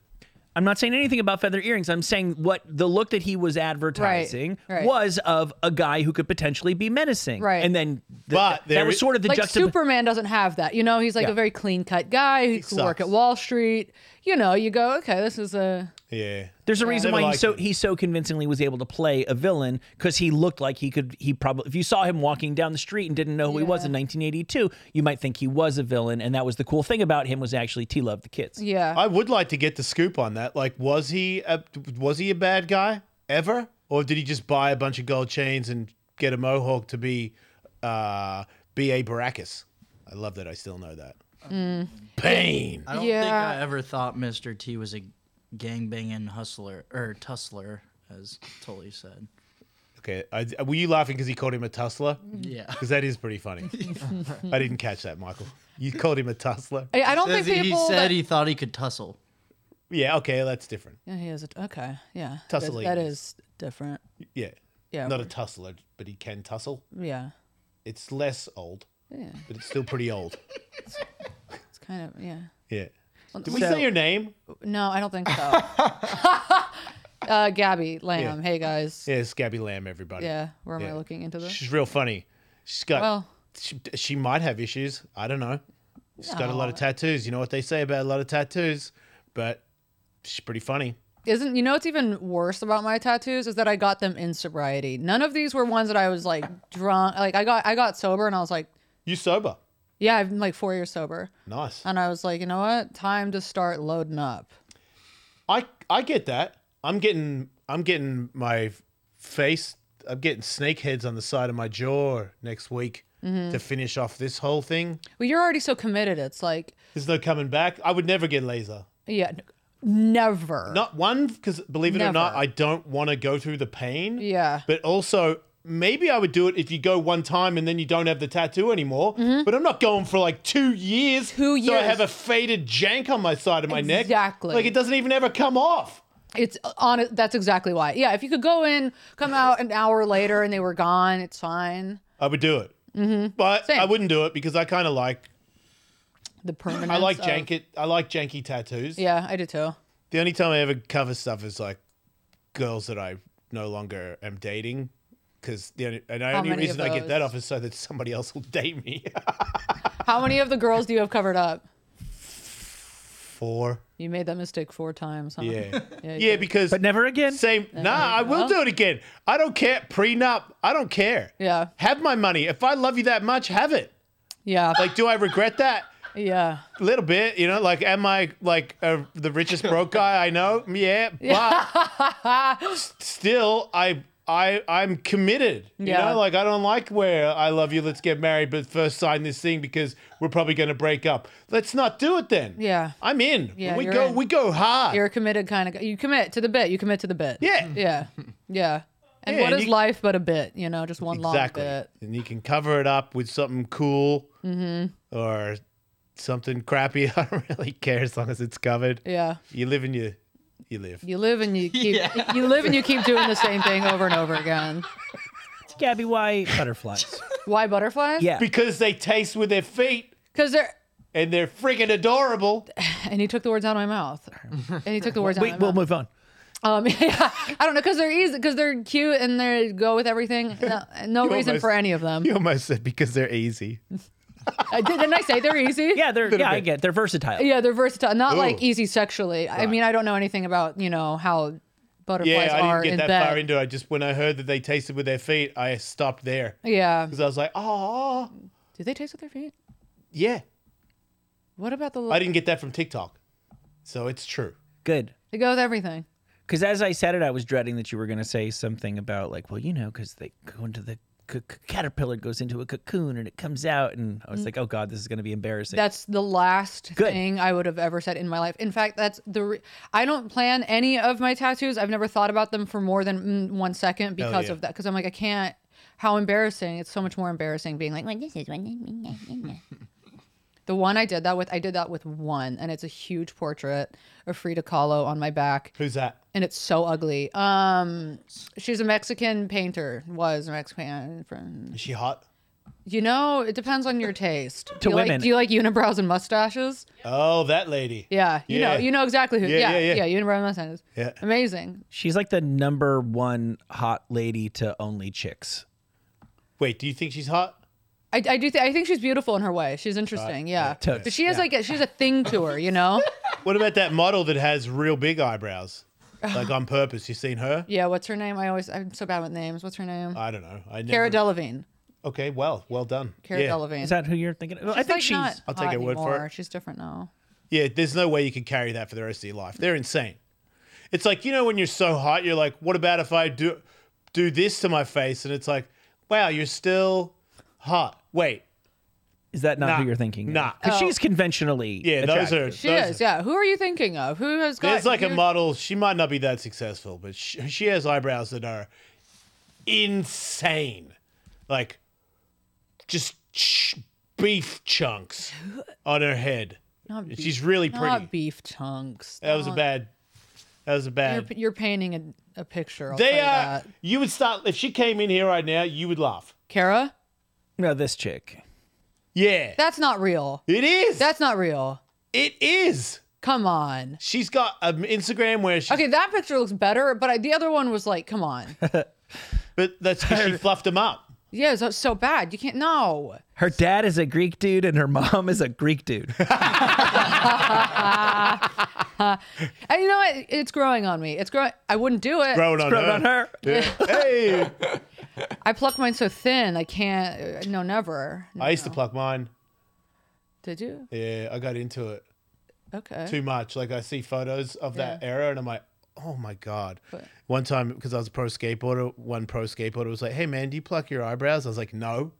S6: I'm not saying anything about feather earrings. I'm saying what the look that he was advertising
S5: right.
S6: was of a guy who could potentially be menacing.
S5: Right.
S6: And then the,
S4: But there
S6: that was
S4: is-
S6: sort of the
S5: Like
S6: juxtaposition.
S5: Superman doesn't have that. You know, he's like
S6: Yeah.
S5: a very clean cut guy who can work
S4: sucks.
S5: at Wall Street. You know, you go, okay, this is a.
S4: Yeah.
S6: There's a reason
S4: Never
S6: why he
S4: liked
S6: so
S4: him.
S6: he so convincingly was able to play a villain because he looked like he could. He probably if you saw him walking down the street and didn't know who he was in 1982, you might think he was a villain, and that was the cool thing about him was actually T loved the kids.
S5: Yeah.
S4: I would like to get the scoop on that. Like, was he a, was he a bad guy ever, or did he just buy a bunch of gold chains and get a mohawk to be uh, be a Baracus? I love that. I still know that. Pain.
S2: I don't think
S5: Yeah.
S2: I ever thought Mr. T was a gangbanging hustler or tussler, as Tully said.
S4: Okay, I, were you laughing because he called him a tussler?
S2: Yeah.
S4: Because that is pretty funny. I didn't catch that, Michael. You called him a tussler.
S5: I, I don't
S2: Says
S5: think
S2: he, he
S5: people.
S2: said
S5: that-
S2: he thought he could tussle.
S4: Yeah. Okay, that's different.
S5: Yeah, he is. A, okay. Yeah. That-
S4: Tussling.
S5: that is different.
S4: Yeah.
S5: Yeah.
S4: Not a tussler, but he can tussle.
S5: Yeah.
S4: It's less old,
S5: Yeah.
S4: but it's still pretty old.
S5: It's kind of, yeah.
S4: Yeah. Did we say your name?
S5: No, I don't think so. uh, Gabby
S4: Yeah.
S5: Lamb. Hey, guys. Yeah.
S4: Yeah, it's Gabby Lamb, everybody.
S5: Where am
S4: Yeah.
S5: I looking into this?
S4: She's real funny. She's got.
S5: Well-
S4: she, she might have issues. I don't know. She's got a lot of tattoos. You know what they say about a lot of tattoos, but she's pretty funny.
S5: Isn't you know what's even worse about my tattoos is that I got them in sobriety. None of these were ones that I was like drunk. Like I got I got sober and I was like,
S4: You sober?
S5: yeah, I'm like four years sober,
S4: Nice.
S5: and I was like, you know what, time to start loading up.
S4: I I get that. I'm getting I'm getting my face. I'm getting snake heads on the side of my jaw next week to finish off this whole thing.
S5: Well, you're already so committed. It's like,
S4: There's no coming back. I would never get laser.
S5: yeah, n- never.
S4: Not one, because believe it or not,
S5: Never.
S4: I don't want to go through the pain.
S5: Yeah.
S4: But also, maybe I would do it if you go one time and then you don't have the tattoo anymore. But I'm not going for like two years.
S5: Mm-hmm. Two
S4: So I
S5: years.
S4: have a faded jank on my side of my neck.
S5: Exactly.
S4: Like it doesn't even ever come off.
S5: It's on. That's exactly why. Yeah, if you could go in, come out an hour later, and they were gone, it's fine.
S4: I would do it. Mm-hmm. But
S5: Same.
S4: I wouldn't do it because I kind of like,
S5: The permanent.
S4: I like jank it. I like janky tattoos.
S5: Yeah, I do too.
S4: The only time I ever cover stuff is like girls that I no longer am dating. Because the only, and the only
S5: many of
S4: reason I get that
S5: those?
S4: off is so that somebody else will date me.
S5: How many of the girls do you have covered up?
S4: Four.
S5: You made that mistake four times. Huh?
S4: Yeah. yeah,
S5: you did.
S4: because
S6: But never again.
S4: Same. Nah, I will do it again. I don't care. Prenup. I don't care.
S5: Yeah.
S4: Have my money. If I love you that much, have it.
S5: Yeah.
S4: Like, do I regret that?
S5: yeah.
S4: A little bit, you know. Like, am I like uh, the richest broke guy I know? Yeah, but s- still, I. I, I'm committed. You
S5: Yeah.
S4: know, like I don't like where I love you, let's get married, but first sign this thing because we're probably gonna break up. Let's not do it then.
S5: Yeah.
S4: I'm in.
S5: Yeah,
S4: we
S5: you're
S4: go
S5: in.
S4: we go hard.
S5: You're a committed kind of guy. You commit to the bit. You commit to the bit.
S4: Yeah.
S5: Yeah. Yeah. And
S4: Yeah,
S5: what
S4: and
S5: is
S4: you-
S5: life but a bit? You know, just one
S4: exactly.
S5: long bit.
S4: And you can cover it up with something cool
S5: Mm-hmm.
S4: or something crappy. I don't really care as long as it's covered.
S5: Yeah.
S4: You live and you you live.
S5: You live and you keep you live and you keep doing the same thing over and over again.
S6: It's Gabby White butterflies.
S5: Why butterflies?
S6: Yeah.
S4: Because they taste with their feet
S5: Because they're
S4: and they're freaking adorable.
S5: and he took the words out of my mouth. And he took the words out
S6: Wait,
S5: of my
S6: we'll
S5: mouth.
S6: move on.
S5: Um, yeah, I don't know because they're easy because they're cute and they go with everything. No, no reason
S4: almost-
S5: for any of them.
S4: You almost said because they're easy.
S5: I did, didn't I say they're easy?
S6: Yeah, they're
S4: Little
S6: yeah, I
S4: bit.
S6: get they're versatile.
S5: Yeah, they're versatile. Not like
S4: Ooh.
S5: easy sexually. I mean, I don't know anything about you know how butterflies
S4: Yeah, I
S5: are
S4: didn't
S5: in
S4: get that
S5: bed.
S4: far into it. I just when I heard that they tasted with their feet, I stopped there
S5: yeah.
S4: because I was like, oh,
S5: Do they taste with their feet?
S4: yeah.
S5: What about the?
S4: I didn't get that from TikTok, so it's true.
S6: Good.
S5: They go with everything.
S6: Because as I said it, I was dreading that you were going to say something about like, well, you know, because they go into the c- c- caterpillar goes into a cocoon and it comes out, and I was like, oh god, this is going to be embarrassing.
S5: That's the last
S6: Good.
S5: thing I would have ever said in my life. In fact, that's the. Re- I don't plan any of my tattoos. I've never thought about them for more than mm, one second because
S4: yeah.
S5: of that. Because I'm like, I can't. How embarrassing! It's so much more embarrassing being like,
S7: Well, this is one.
S5: The one I did that with, I did that with one, and it's a huge portrait of Frida Kahlo on my back,
S4: Who's that?
S5: and it's so ugly. Um, she's a Mexican painter, was a Mexican from.
S4: Is she hot?
S5: You know, it depends on your taste.
S6: To
S5: do you
S6: women.
S5: like, do you like unibrows and mustaches?
S4: Oh, that lady.
S5: Yeah, you know,
S4: Yeah.
S5: you know exactly who.
S4: Yeah,
S5: Yeah, yeah,
S4: yeah, yeah.
S5: unibrow and mustaches.
S4: Yeah.
S5: amazing.
S6: She's like the number one hot lady to only chicks.
S4: Wait, do you think she's hot?
S5: I, I do. Th- I think she's beautiful in her way. She's interesting. yeah,
S6: Totes.
S5: but she has like a, she has a thing to her. You know.
S4: What about that model that has real big eyebrows, like on purpose? You seen her?
S5: yeah. What's her name? I always I'm so bad with names. What's her name?
S4: I don't know. I never.
S5: Cara Delevingne.
S4: Okay, well, well done.
S5: Cara
S4: yeah.
S5: Delevingne.
S6: Is that who you're thinking? of? Well, I
S5: She's,
S6: think
S5: like,
S6: she's.
S5: not
S4: I'll take
S5: hot
S4: your word for
S5: anymore.
S4: it.
S5: She's different now.
S4: Yeah, there's no way you could carry that for the rest of your life. They're insane. It's like you know when you're so hot, you're like, what about if I do do this to my face? And it's like, wow, you're still hot. Wait,
S6: Is that not
S4: Nah.
S6: who you're thinking?
S4: Nah.
S6: Because
S5: Oh.
S6: she's conventionally.
S4: yeah, those
S6: attractive.
S4: are.
S5: She
S4: those
S5: is.
S4: are-
S5: Yeah. Who are you thinking of? Who has got?
S4: There's like a
S5: you-
S4: model. She might not be that successful, but she, she has eyebrows that are insane, like just ch- beef chunks on her head.
S5: Not beef-
S4: She's really pretty.
S5: Not beef chunks.
S4: That was a
S5: Don't-
S4: bad. That was a
S5: You're,
S4: bad.
S5: you're painting a, a picture. I'll tell
S4: They uh,
S5: you
S4: are.
S5: that.
S4: You would start if she came in here right now. You would laugh.
S5: Cara.
S6: No, this chick.
S4: Yeah,
S5: That's not real.
S4: it is.
S5: That's not real.
S4: it is.
S5: Come on.
S4: She's got an Instagram where she,
S5: Okay, that picture looks better, but I, the other one was like, come on.
S4: but that's 'cause she fluffed them up.
S5: Yeah, it's so bad. You can't. No.
S6: Her dad is a Greek dude, and her mom is a Greek dude.
S5: And you know what? It's growing on me. It's growing. I wouldn't do it.
S4: Growing on,
S6: Wrote on her.
S4: Hey,
S5: I pluck mine so thin. I can't. uh, No, never.
S4: I used to pluck mine.
S5: Did you?
S4: Yeah, I got into it.
S5: Okay.
S4: too much. Like I see photos of that era, and I'm like, oh my god. One time, because I was a pro skateboarder, one pro skateboarder was like, "Hey man, do you pluck your eyebrows?" I was like, "No."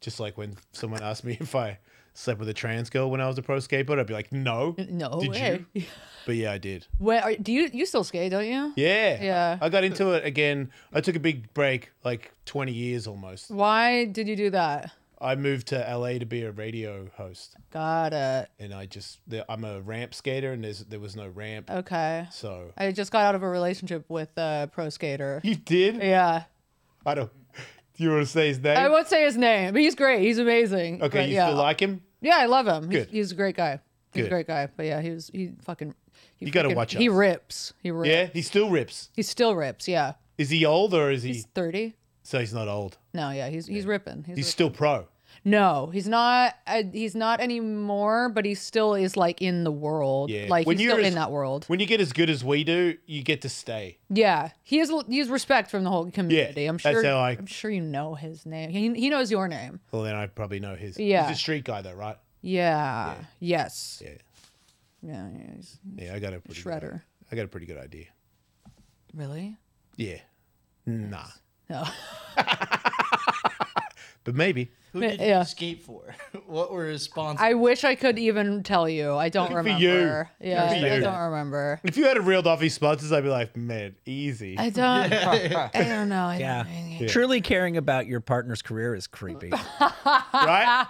S4: Just like when someone asked me if I slept with a trans girl when I was a pro skateboarder, I'd be like, "No."
S5: No
S4: Did
S5: way.
S4: you? But yeah, I did.
S5: Wait, are, do you? You still skate, don't you?
S4: Yeah.
S5: Yeah.
S4: I got into it again. I took a big break, like 20 years almost.
S5: Why did you do that?
S4: I moved to LA to be a radio host,
S5: Got it.
S4: and I just there- I'm a ramp skater, and there's there was no ramp,
S5: Okay.
S4: so.
S5: I just got out of a relationship with a pro skater.
S4: You did?
S5: Yeah.
S4: I don't. Do you want to say his name?
S5: I won't say his name, but he's great. He's amazing.
S4: okay,
S5: But
S4: you
S5: yeah.
S4: still like him?
S5: Yeah, I love him. He's,
S4: Good.
S5: he's a great guy. He's
S4: Good.
S5: a great guy. But yeah, he was he fucking. He
S4: You gotta
S5: fucking-
S4: watch
S5: He
S4: us.
S5: rips. He rips.
S4: Yeah, he still rips.
S5: He still rips. Yeah.
S4: Is he old or is he?
S5: He's thirty.
S4: so he's not old.
S5: No, yeah, he's he's ripping.
S4: He's
S5: He's, ripping.
S4: still pro.
S5: no, he's not. Uh, he's not anymore. But he still is like in the world.
S4: Yeah.
S5: Like
S4: When
S5: he's
S4: you're
S5: still
S4: as-
S5: in that world.
S4: When you get as good as we do, you get to stay.
S5: Yeah, he has he has respect from the whole community. I'm
S4: that's
S5: sure.
S4: how I-
S5: am sure you know his name. He, he knows your name.
S4: Well, then I probably know his.
S5: Yeah.
S4: He's a street guy though, right?
S5: Yeah. Yes.
S4: Yeah.
S5: Yeah. yeah, he's
S4: Yeah, I got a pretty good-
S5: shredder.
S4: I got a pretty good idea.
S5: Really?
S4: Yeah. Nah,
S5: No.
S4: but maybe.
S2: Who did
S5: yeah.
S2: you skate for? What were his sponsors?
S5: I wish I could even tell you. I don't
S4: Good for
S5: remember.
S4: you.
S5: Yeah,
S4: Good for
S5: I
S4: you.
S5: don't remember.
S4: If you had a real off his sponsors, I'd be like, man, easy.
S5: I don't. I don't know. I
S6: Yeah.
S5: Don't, know.
S6: Truly caring about your partner's career is creepy.
S4: right?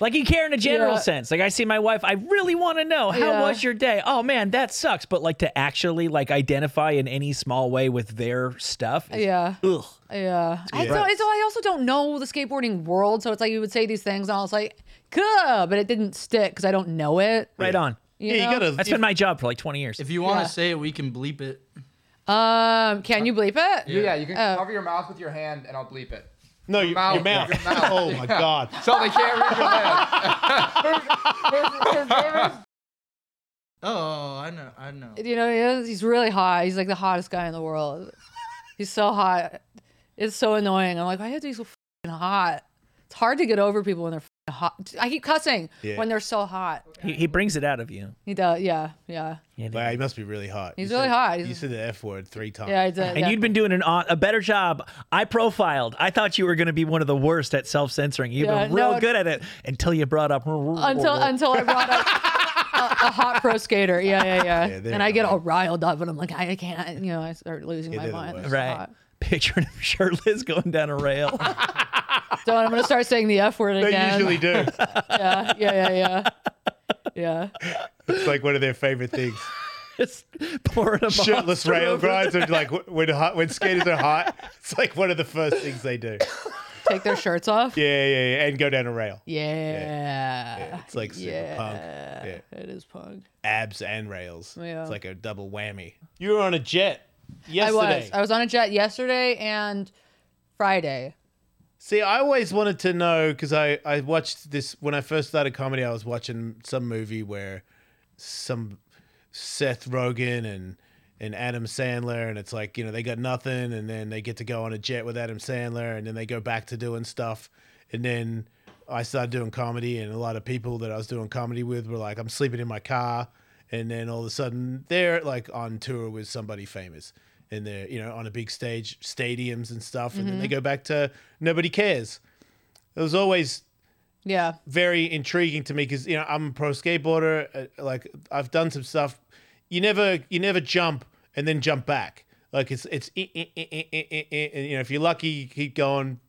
S6: like you care in a general
S5: Yeah.
S6: sense. Like I see my wife, I really want to know how
S5: Yeah.
S6: was your day? Oh man, that sucks. But like to actually like identify in any small way with their stuff. is-
S5: Yeah.
S6: Ugh.
S5: Yeah. I, don't, it's, I also don't know the skateboarding world, so it's like you would say these things, and I was like, "Good," but it didn't stick because I don't know it.
S6: Right on.
S5: You
S4: yeah,
S5: know?
S4: you gotta.
S6: That's been my job for like 20 years.
S2: if you want to
S5: Yeah.
S2: say it, we can bleep it.
S5: Um, can you bleep it?
S8: Yeah, you can
S5: Oh.
S8: cover your mouth with your hand and I'll bleep it.
S4: no, your mouth. Your mouth.
S8: Your mouth.
S4: oh my god.
S8: So they can't read your lips. His- his- his name is
S2: Oh, I know. I I don't know.
S5: You know, he is- he's really hot. He's like the hottest guy in the world. He's so hot. It's so annoying. I'm like, why are they so fing hot? It's hard to get over people when they're fing hot. I keep cussing
S4: Yeah.
S5: when they're so hot.
S6: He, he brings it out of you.
S5: He does. Yeah, yeah,
S4: Wow, he must be really hot.
S5: He's
S4: You
S5: really
S4: said-
S5: hot.
S4: You
S5: He's-
S4: said the F word three times.
S5: yeah. I did.
S6: And you'd been doing an au- a better job. I profiled. I thought you were going to be one of the worst at self censoring. You've
S5: Yeah,
S6: been real
S5: no.
S6: good at it until you brought up
S5: until until I brought up a, a hot pro skater. Yeah, yeah, yeah.
S4: Yeah, they're
S5: and I get all
S4: annoying.
S5: riled up, and I'm like, I can't. You know, I start losing
S4: Yeah,
S5: my
S4: they're the
S5: mind.
S4: worst.
S5: They're so
S6: right
S5: hot.
S6: picturing him shirtless going down a rail.
S5: So I'm gonna start saying the f word
S4: They
S5: again.
S4: usually do.
S5: Yeah, yeah, yeah, yeah. Yeah.
S4: It's like one of their favorite things.
S6: Just pouring them
S4: Shirtless rail grinds are like wh- when hot, when skaters are hot. It's like one of the first things they do.
S5: Take their shirts off.
S4: Yeah, yeah, yeah, and go down a rail.
S5: Yeah.
S4: Yeah, it's like super punk. Yeah.
S5: It is punk.
S4: Abs and rails.
S5: Yeah.
S4: It's like a double whammy. You were on a jet yesterday.
S5: I was. I was on a jet yesterday and Friday.
S4: See, I always wanted to know because I, I watched this when I first started comedy. I was watching some movie where some Seth Rogen and and Adam Sandler, and it's like you know they got nothing, and then they get to go on a jet with Adam Sandler, and then they go back to doing stuff, and then I started doing comedy, and a lot of people that I was doing comedy with were like, I'm sleeping in my car, and then all of a sudden they're like on tour with somebody famous, and they're you know on a big stage, stadiums and stuff, and then they go back to nobody cares. It was always
S5: Yeah.
S4: very intriguing to me because you know I'm a pro skateboarder. Uh, like I've done some stuff. You never you never jump and then jump back. Like it's it's eh, eh, eh, eh, eh, eh, eh, and you know if you're lucky you keep going.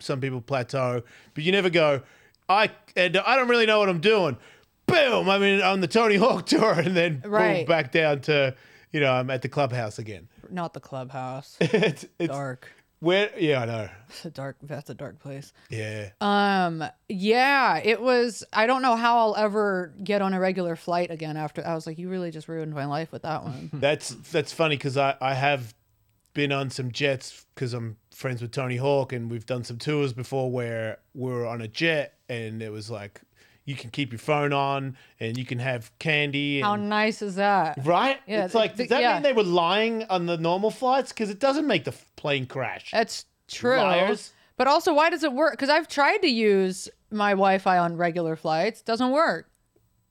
S4: Some people plateau, but you never go. I and I don't really know what I'm doing. Boom! I mean on the Tony Hawk tour and then boom
S5: Right.
S4: back down to you know I'm at the clubhouse again.
S5: Not the clubhouse.
S4: it's it's
S5: Dark.
S4: where yeah I know
S5: It's a dark. That's a dark place.
S4: yeah.
S5: Um. Yeah. It was. I don't know how I'll ever get on a regular flight again. After I was like, you really just ruined my life with that one.
S4: That's that's funny because I I have been on some jets because I'm friends with Tony Hawk and we've done some tours before where we were on a jet and it was like you can keep your phone on and you can have candy
S5: how
S4: and
S5: nice is that?
S4: right.
S5: Yeah,
S4: it's like
S5: th-
S4: does that
S5: yeah.
S4: mean they were lying on the normal flights because it doesn't make the f- plane crash.
S5: That's true.
S4: Liars.
S5: But also, why does it work? Because I've tried to use my Wi-Fi on regular flights. Doesn't work.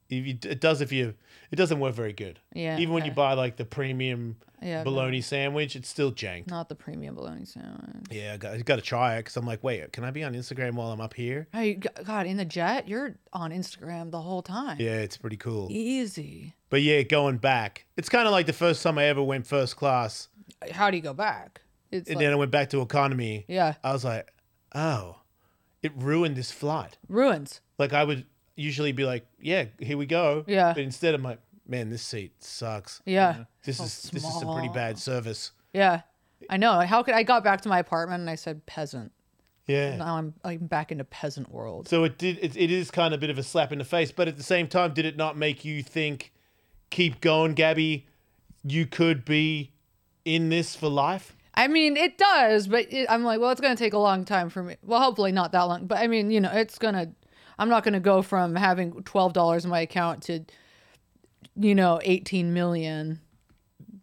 S4: If you, it does if you it doesn't work very good.
S5: Yeah,
S4: Even when you
S5: okay.
S4: buy like the premium
S5: Yeah, no.
S4: bologna sandwich, it's still jank.
S5: Not the premium bologna sandwich.
S4: Yeah, I got, I got to try it because I'm like, wait, can I be on Instagram while I'm up here?
S5: Oh, you, God, in the jet, you're on Instagram the whole time.
S4: Yeah, it's pretty cool.
S5: Easy.
S4: But yeah, going back, it's kind of like the first time I ever went first class,
S5: How do you go back? It's
S4: and
S5: like,
S4: then I went back to economy.
S5: yeah,
S4: I was like, oh, it ruined this flight.
S5: ruins.
S4: Like I would usually be like, yeah, here we go.
S5: Yeah.
S4: But instead, I'm like, man, this seat sucks.
S5: Yeah,
S4: This is this is some pretty
S5: small.
S4: bad service.
S5: yeah. I know. How could I got back to my apartment and I said peasant?
S4: Yeah.
S5: Now I'm I'm back into peasant world.
S4: So it did. It, it is kind of a bit of a slap in the face, but at the same time, did it not make you think, keep going, Gabby? You could be in this for life.
S5: I mean, it does, but it, I'm like, well, it's going to take a long time for me. Well, hopefully not that long, but I mean, you know, it's going to, I'm not going to go from having $12 in my account to, you know, 18 million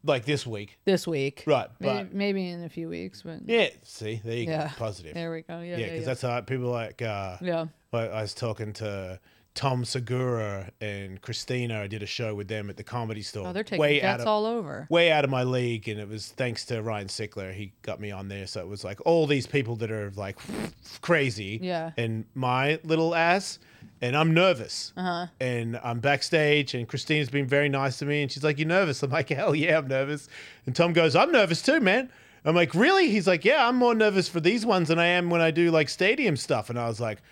S4: Like this week,
S5: this week.
S4: right? But
S5: Maybe, maybe in a few weeks, but yeah.
S4: Yeah. See, there you go. Positive.
S5: There we go.
S4: yeah,
S5: Yeah. Yeah.
S4: because
S5: yeah.
S4: that's how people like. Uh,
S5: yeah.
S4: I, I was talking to Tom Segura and Christina. I did a show with them at the comedy store.
S5: Oh, they're taking
S4: way out
S5: jets
S4: of,
S5: all over.
S4: way out of my league, and it was thanks to Ryan Sickler. He got me on there, so it was like all these people that are like crazy.
S5: Yeah.
S4: And my little ass. And I'm nervous, uh-huh. and I'm backstage, and Christina's been very nice to me, and she's like, "You nervous?" I'm like, "Hell yeah, I'm nervous." And Tom goes, "I'm nervous too, man." I'm like, "Really?" He's like, "Yeah, I'm more nervous for these ones than I am when I do like stadium stuff." And I was like,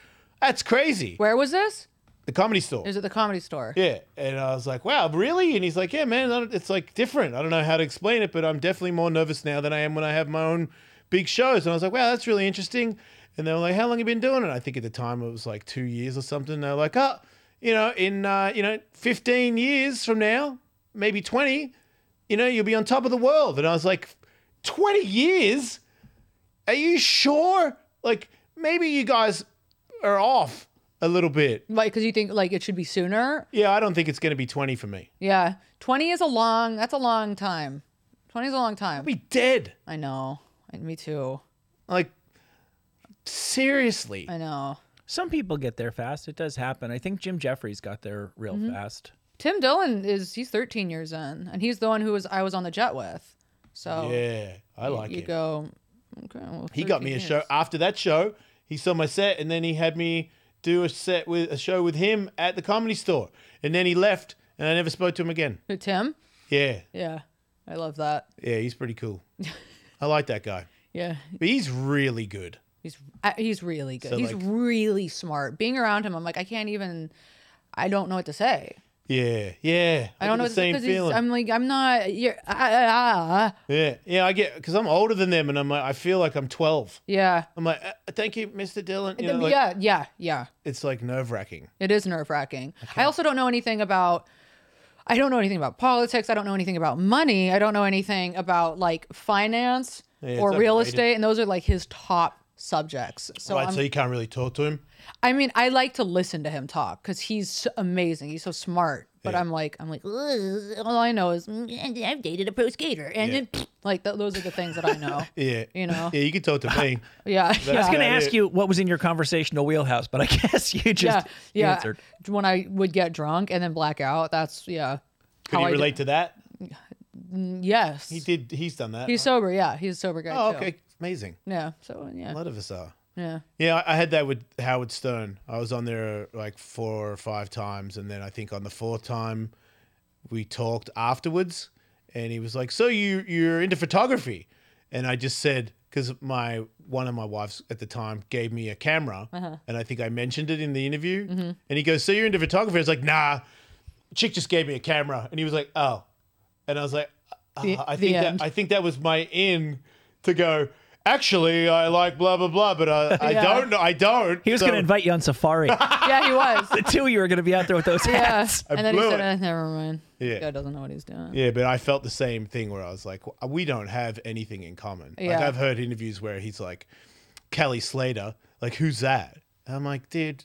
S4: "That's crazy."
S5: Where was this?
S4: The comedy store.
S5: It was at the comedy store.
S4: Yeah. And I was like, wow, really? And he's like, yeah, man, I don't- it's like different. I don't know how to explain it, but I'm definitely more nervous now than I am when I have my own big shows. And I was like, wow, that's really interesting. And they were like, how long you been doing it? I think at the time it was like two years or something. They're like, oh, you know, in, uh, you know, 15 years from now, maybe 20, you know, you'll be on top of the world. And I was like, 20 years? Are you sure? Like, maybe you guys are off. a little bit.
S5: Like, because you think like it should be sooner.
S4: Yeah, I don't think it's going to be 20 for me.
S5: Yeah, twenty is a long. That's a long time. Twenty is a long time.
S4: I'll be dead.
S5: I know. And Me too.
S4: Like, seriously.
S5: I know.
S6: Some people get there fast. It does happen. I think Jim Jeffries got there real
S5: Mm-hmm.
S6: fast.
S5: Tim Dillon is he's 13 years in, and he's the one who was I was on the jet with. So
S4: Yeah, I
S5: you-
S4: like
S5: you
S4: it.
S5: go. Okay, well,
S4: he got me
S5: 13
S4: a show
S5: years.
S4: after that show. He saw my set, and then he had me do a set with a show with him at the comedy store. And then he left, and I never spoke to him again.
S5: Who, Tim?
S4: Yeah,
S5: Yeah, I love that.
S4: yeah, he's pretty cool. I like that guy.
S5: Yeah,
S4: But he's really good.
S5: he's I- he's really good.
S4: So,
S5: he's
S4: like-
S5: really smart. Being around him, I'm like I can't even. I don't know what to say.
S4: Yeah, yeah.
S5: I don't know
S4: get the
S5: what to say
S4: same
S5: 'cause he's-
S4: feeling.
S5: I'm like I'm not. You're, ah, ah, ah.
S4: Yeah, yeah. I get because I'm older than them, and I'm like, I feel like I'm 12.
S5: yeah.
S4: I'm like, uh, thank you, Mr. Dillon. You know, like,
S5: yeah, yeah, yeah.
S4: It's like nerve wracking.
S5: It is nerve wracking. I also don't know anything about. I don't know anything about politics. I don't know anything about money. I don't know anything about like finance
S4: it's
S5: or real
S4: overrated.
S5: estate, and those are like his top subjects. So,
S4: right,
S5: I'm,
S4: so you can't really talk to him.
S5: I mean, I like to listen to him talk because he's so amazing. He's so smart. But I'm like, I'm like, "Ugh, all I know is mm, and I've dated a pro skater, and
S4: Yeah.
S5: then, like th- those are the things that I know.
S4: Yeah,
S5: You know.
S4: Yeah, you can talk to me.
S5: yeah,
S6: I was
S5: yeah.
S6: going to
S4: Yeah,
S6: ask
S4: it-
S6: you what was in your conversational wheelhouse, but I guess you just
S5: yeah, yeah.
S6: answered.
S5: When I would get drunk and then black out, that's yeah.
S4: Can
S5: how I
S4: you
S5: do-
S4: relate to that?
S5: Yes.
S4: He did. He's done that.
S5: He's sober, yeah. He's a sober guy.
S4: oh,
S5: too.
S4: okay, amazing.
S5: Yeah. So yeah.
S4: A lot of us are.
S5: yeah.
S4: Yeah, I I had that with Howard Stern. I was on there uh, like four or five times, and then I think on the fourth time, we talked afterwards, and he was like, "So you you're into photography?" And I just said, because my one of my wives at the time gave me a camera,
S5: Uh-huh.
S4: and I think I mentioned it in the interview,
S5: Mm-hmm.
S4: and he goes, "So you're into photography?" I was like, "Nah, chick just gave me a camera," and he was like, "Oh," and I was like, "Ah,
S5: The-
S4: "I
S5: the
S4: think that
S5: end.
S4: I think that was my in to go." Actually, I like blah blah blah, but I, I
S5: Yeah.
S4: don't know. I don't.
S6: He was
S4: so-
S6: going to invite you on safari.
S5: Yeah, he was.
S6: the two of you are going to be out there with those
S5: yeah.
S6: hats.
S5: and then he
S4: blew
S5: said,
S4: it.
S5: eh, "Never mind."
S4: Yeah.
S5: Guy doesn't know what he's doing.
S4: Yeah, but I felt the same thing where I was like, "W- we don't have anything in common. Like
S5: Yeah.
S4: I've heard interviews where he's like, Kelly Slater, like who's that? And I'm like, dude,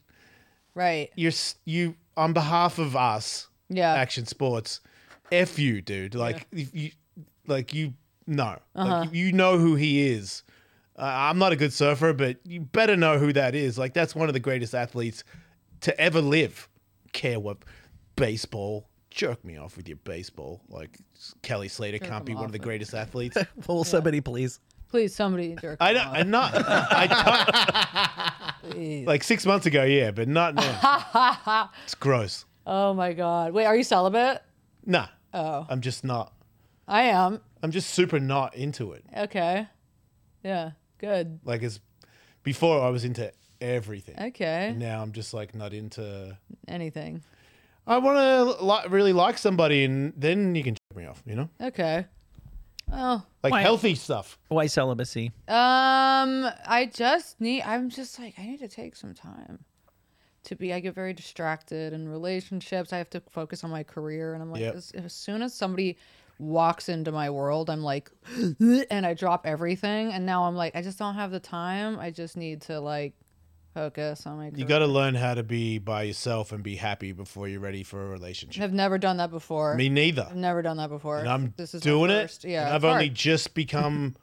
S5: Right.
S4: you're s- you on behalf of us,
S5: Yeah.
S4: Action Sports, f you, dude. Like if you, like you know,
S5: Uh-huh.
S4: like, you know who he is. Uh, I'm not a good surfer, but you better know who that is. Like that's one of the greatest athletes to ever live. Care what baseball. Jerk me off with your baseball. Like Kelly Slater can't be
S5: him
S4: one
S5: off
S4: of the
S5: with-
S4: greatest athletes.
S6: Pull somebody, please.
S5: Please, somebody jerk.
S4: I
S5: him
S4: don't.
S5: off.
S4: I'm not. I don't. like six months ago, yeah, but not now. it's gross.
S5: Oh my god. Wait, are you celibate?
S4: Nah. Oh. I'm just not.
S5: I am.
S4: I'm just super not into it.
S5: Okay. Yeah. Good.
S4: Like as before, I was into everything.
S5: Okay.
S4: Now I'm just like not into.
S5: Anything.
S4: I want to li- really like somebody, and then you can check me off. You know,
S5: Okay. Oh.
S4: like
S6: Why-
S4: healthy stuff.
S6: Why celibacy?
S5: Um, I just need. I'm just like I need to take some time to be. I get very distracted in relationships. I have to focus on my career, and I'm like,
S4: Yep.
S5: as, as soon as somebody walks into my world, I'm like, and I drop everything. And now I'm like, I just don't have the time. I just need to like focus on my. Career.
S4: You got to learn how to be by yourself and be happy before you're ready for a relationship.
S5: I've never done that before.
S4: Me neither.
S5: I've never done that before.
S4: and I'm
S5: this is my
S4: doing it.
S5: first-
S4: and
S5: Yeah, it's
S4: I've only
S5: hard.
S4: just become.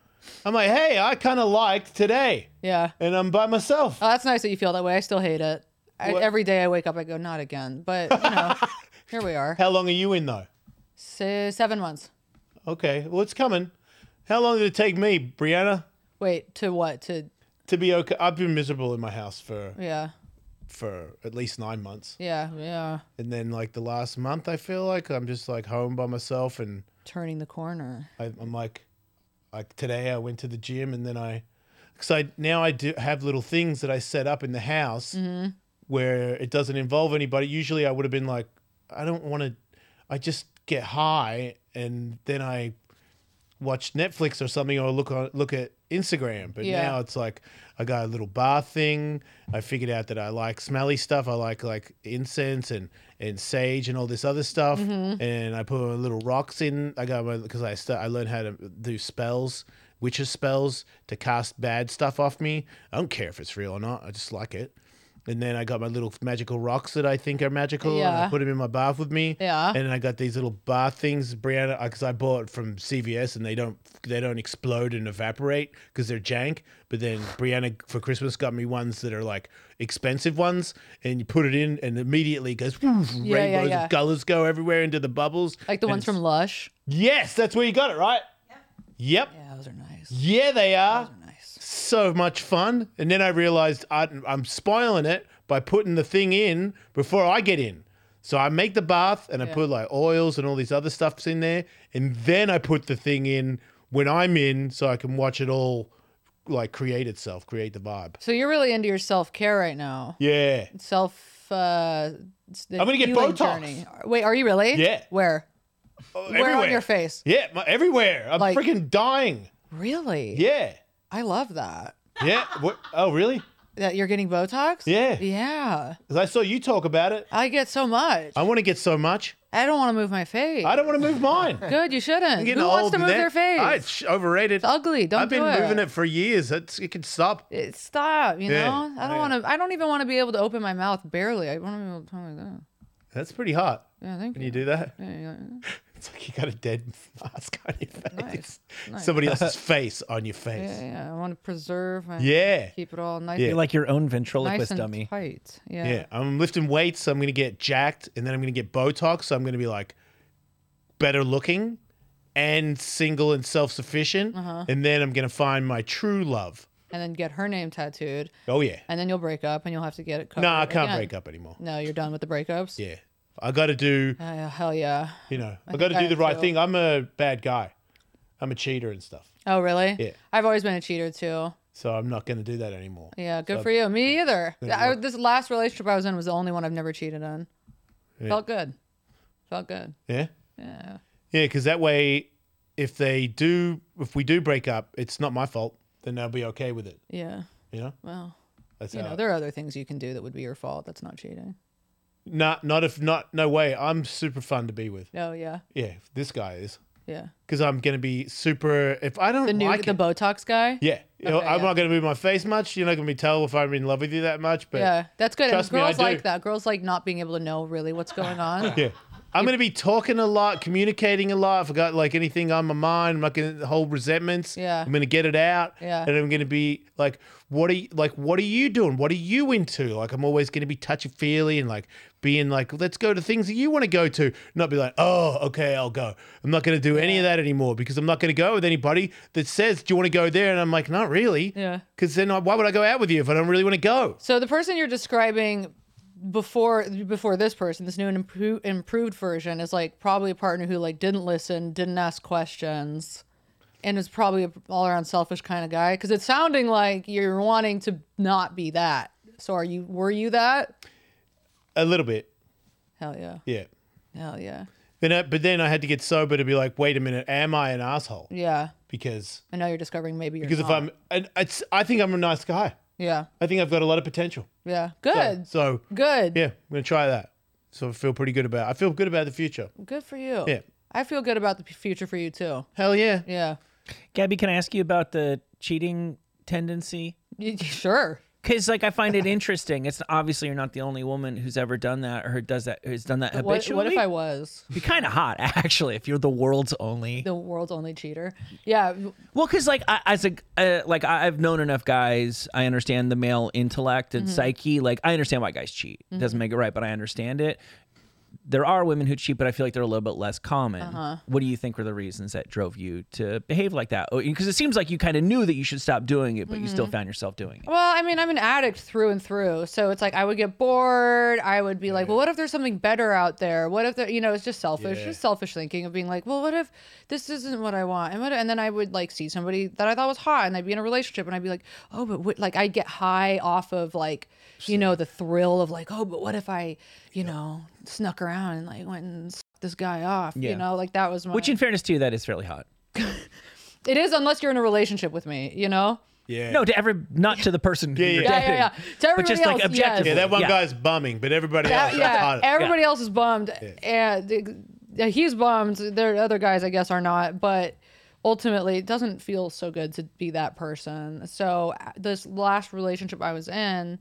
S4: I'm like, hey, I kind of like today,
S5: Yeah.
S4: and I'm by myself.
S5: Oh, that's nice that you feel that way. I still hate it. I,
S4: What-
S5: every day I wake up, I go, not again. But, you know, here we are.
S4: how long are you in though?
S5: Se- seven months.
S4: Okay, well it's coming. How long did it take me, Brianna,
S5: Wait, to what? To,
S4: to be okay? I've been miserable in my house for
S5: yeah,
S4: for at least nine months,
S5: yeah, yeah.
S4: and then like the last month, I feel like I'm just like home by myself, and
S5: Turning the corner.
S4: I, I'm like, like today I went to the gym, and then I, because I now I do have little things that I set up in the house where it doesn't involve anybody. Usually I would have been like, I don't want to, I just get high and then I watch Netflix or something or look on look at Instagram. But
S5: Yeah.
S4: now it's like I got a little bar thing. I figured out that I like smelly stuff. I like like incense and and sage and all this other stuff.
S5: Mm-hmm.
S4: And I put little rocks in. I got my because I st- I learned how to do spells. Witches spells to cast bad stuff off me. I don't care if it's real or not. I just like it And then I got my little magical rocks that I think are magical. And I
S5: Yeah.
S4: put them in my bath with me.
S5: Yeah.
S4: And I got these little bath things, Brianna, because I bought from CVS, and they don't they don't explode and evaporate because they're jank. But then Brianna for Christmas got me ones that are like expensive ones, and you put it in, and immediately it goes woof,
S5: Yeah, yeah,
S4: rainbows of
S5: yeah.
S4: colors go everywhere into the bubbles.
S5: Like the
S4: and
S5: ones
S4: it's-
S5: from Lush.
S4: Yes, that's where you got it, right? Yep.
S5: Yeah, those are nice.
S4: Yeah, they are.
S5: Those are nice.
S4: So much fun. And then I realized I, I'm spoiling it by putting the thing in before I get in. So I make the bath and I put like oils and all these other stuffs in there. And then I put the thing in when I'm in so I can watch it all like create itself, create the vibe.
S5: So you're really into your self care right now.
S4: Yeah.
S5: Self. Uh, s- the
S4: I'm gonna get
S5: healing
S4: Botox.
S5: Wait, are you really?
S4: Yeah.
S5: Where? Where
S4: everywhere.
S5: on your face?
S4: Yeah, my, everywhere. I'm
S5: Like-
S4: freaking dying.
S5: Really?
S4: Yeah.
S5: I love that.
S4: Yeah. what? Oh, really?
S5: That you're getting Botox?
S4: Yeah.
S5: Yeah.
S4: Because I saw you talk about it.
S5: I get so much.
S4: I want to get so much.
S5: I don't want to move my face.
S4: I don't want to move mine.
S5: Good, you shouldn't.
S4: getting
S5: Who wants
S4: old
S5: to
S4: and
S5: move
S4: that-
S5: their face?
S4: Ah, it's overrated.
S5: It's ugly. Don't
S4: I've been
S5: do it.
S4: moving it for years. It's, it can stop.
S5: It- Stop, you
S4: Yeah,
S5: know? I don't
S4: yeah.
S5: want to, I don't even want to be able to open my mouth barely. I want to be able to talk like that.
S4: That's pretty hot.
S5: Yeah, thank
S4: When
S5: you.
S4: you do that,
S5: Yeah, you're like,
S4: it's like you got a dead mask on your face.
S5: Nice, nice.
S4: Somebody else's face on your
S5: yeah,
S4: face.
S5: yeah, I want to preserve my,
S4: Yeah.
S5: keep it all nice,
S4: Yeah.
S5: and-
S6: You're like your own
S5: nice
S6: ventriloquist
S5: and
S6: dummy.
S5: tight.
S4: Yeah.
S5: Yeah.
S4: I'm lifting weights, so I'm going to get jacked, and then I'm going to get Botox, so I'm going to be like better looking and single and self sufficient.
S5: Uh-huh.
S4: And then I'm going to find my true love.
S5: And then get her name tattooed,
S4: Oh, yeah.
S5: and then you'll break up and you'll have to get it covered.
S4: No, I can't
S5: again.
S4: break up anymore.
S5: No, you're done with the breakups?
S4: Yeah. I got to do
S5: Uh, hell yeah.
S4: You know, I,
S5: think
S4: got to
S5: I
S4: do the
S5: am
S4: right
S5: too.
S4: thing. I'm a bad guy. I'm a cheater and stuff.
S5: Oh, really?
S4: Yeah.
S5: I've always been a cheater too.
S4: So I'm not going to do that anymore.
S5: Yeah, good for you. Me either. I, this last relationship I was in was the only one I've never cheated on. Felt good. Felt good.
S4: Yeah.
S5: Yeah.
S4: Yeah, because that way, if they do, if we do break up, it's not my fault. Then they'll be okay with it.
S5: Yeah.
S4: You know,
S5: Well,
S4: that's
S5: you
S4: how.
S5: know, there are other things you can do that would be your fault. That's not cheating.
S4: Nah, not if not. No way. I'm super fun to be with.
S5: Oh yeah.
S4: Yeah, this guy is
S5: Yeah.
S4: because I'm going to be super. If I don't
S5: The new
S4: like
S5: the
S4: it-
S5: Botox guy.
S4: yeah, you know,
S5: Okay,
S4: I'm
S5: yeah.
S4: not going to move my face much. You're not going to be tell if I'm in love with you that much. But
S5: Yeah, that's good. And
S4: Trust me, I
S5: girls
S4: do.
S5: like that. Girls like not being able to know really what's going on.
S4: Yeah. I'm going to be talking a lot, communicating a lot. If I got like anything on my mind, I'm not going to hold resentments.
S5: Yeah.
S4: I'm going to get it out.
S5: Yeah.
S4: And I'm going to be like, what are you, like, what are you doing? What are you into? Like, I'm always going to be touchy feely and like being like, let's go to things that you want to go to. Not be like, oh, okay, I'll go. I'm not going to do any of that anymore because I'm not going to go with anybody that says, do you want to go there? And I'm like, not really.
S5: Yeah.
S4: Because then I, why would I go out with you if I don't really want to go?
S5: So the person you're describing before before this person, this new and impro- improved version, is like probably a partner who like didn't listen, didn't ask questions, and is probably a all around selfish kind of guy. Because it's sounding like you're wanting to not be that. So are you? Were you that?
S4: A little bit.
S5: Hell yeah.
S4: Yeah.
S5: Hell yeah.
S4: Then I, but then I had to get sober to be like, wait a minute, am I an asshole?
S5: Yeah.
S4: because
S5: And now you're discovering maybe you're
S4: because if
S5: not.
S4: I'm and it's I think I'm a nice guy.
S5: yeah
S4: I think I've got a lot of potential.
S5: yeah
S4: So-
S5: good
S4: So
S5: good
S4: yeah, I'm gonna try that. So I feel pretty good about. I feel good about the future.
S5: good for you.
S4: Yeah.
S5: I feel good about the p- future for you too.
S4: Hell yeah.
S5: Yeah.
S6: Gabby, can I ask you about the cheating tendency?
S5: Y- sure.
S6: Because like I find it interesting. It's obviously you're not the only woman who's ever done that or who does that who's done that
S5: What,
S6: habitually.
S5: what if I was?
S6: It'd be kind of hot actually if you're the world's only.
S5: the world's only cheater. Yeah, w-
S6: Well, because like I, as a uh, like I, I've known enough guys, I understand the male intellect
S5: Mm-hmm.
S6: and psyche. Like I understand why guys cheat. It Doesn't make it right, but I understand it. There are women who cheat, but I feel like they're a little bit less common.
S5: Uh-huh.
S6: What do you think were the reasons that drove you to behave like that? Because it seems like you kind of knew that you should stop doing it, but you
S5: Mm-hmm.
S6: still found yourself doing it.
S5: Well, I mean, I'm an addict through and through. So it's like I would get bored. I would be like, well, what if there's something better out there? What if there, you know, it's just selfish, just selfish thinking of being like, well, what if this isn't what I want? And, what, and then I would like see somebody that I thought was hot and I'd be in a relationship and I'd be like, oh, but what, like I get high off of like, you know, the thrill of like, oh, but what if I, you know, snuck around and like went and s- this guy off,
S6: Yeah.
S5: you know, like that was my.
S6: Which, in fairness to you, that is fairly hot.
S5: it is unless you're in a relationship with me, you know?
S4: Yeah.
S6: No, to every not to the person. who
S4: Yeah,
S6: you're
S4: yeah.
S5: Yeah,
S6: dating.
S5: yeah, yeah. To everybody
S6: just, like,
S5: else, yes.
S6: objectively.
S4: Yeah, that one
S6: Yeah.
S4: guy's bumming, but everybody else
S5: Uh,
S4: is
S5: yeah,
S4: hot.
S5: everybody else is bummed, and the- yeah, he's bummed. There, other guys, I guess, are not. But ultimately, it doesn't feel so good to be that person. So uh, this last relationship I was in,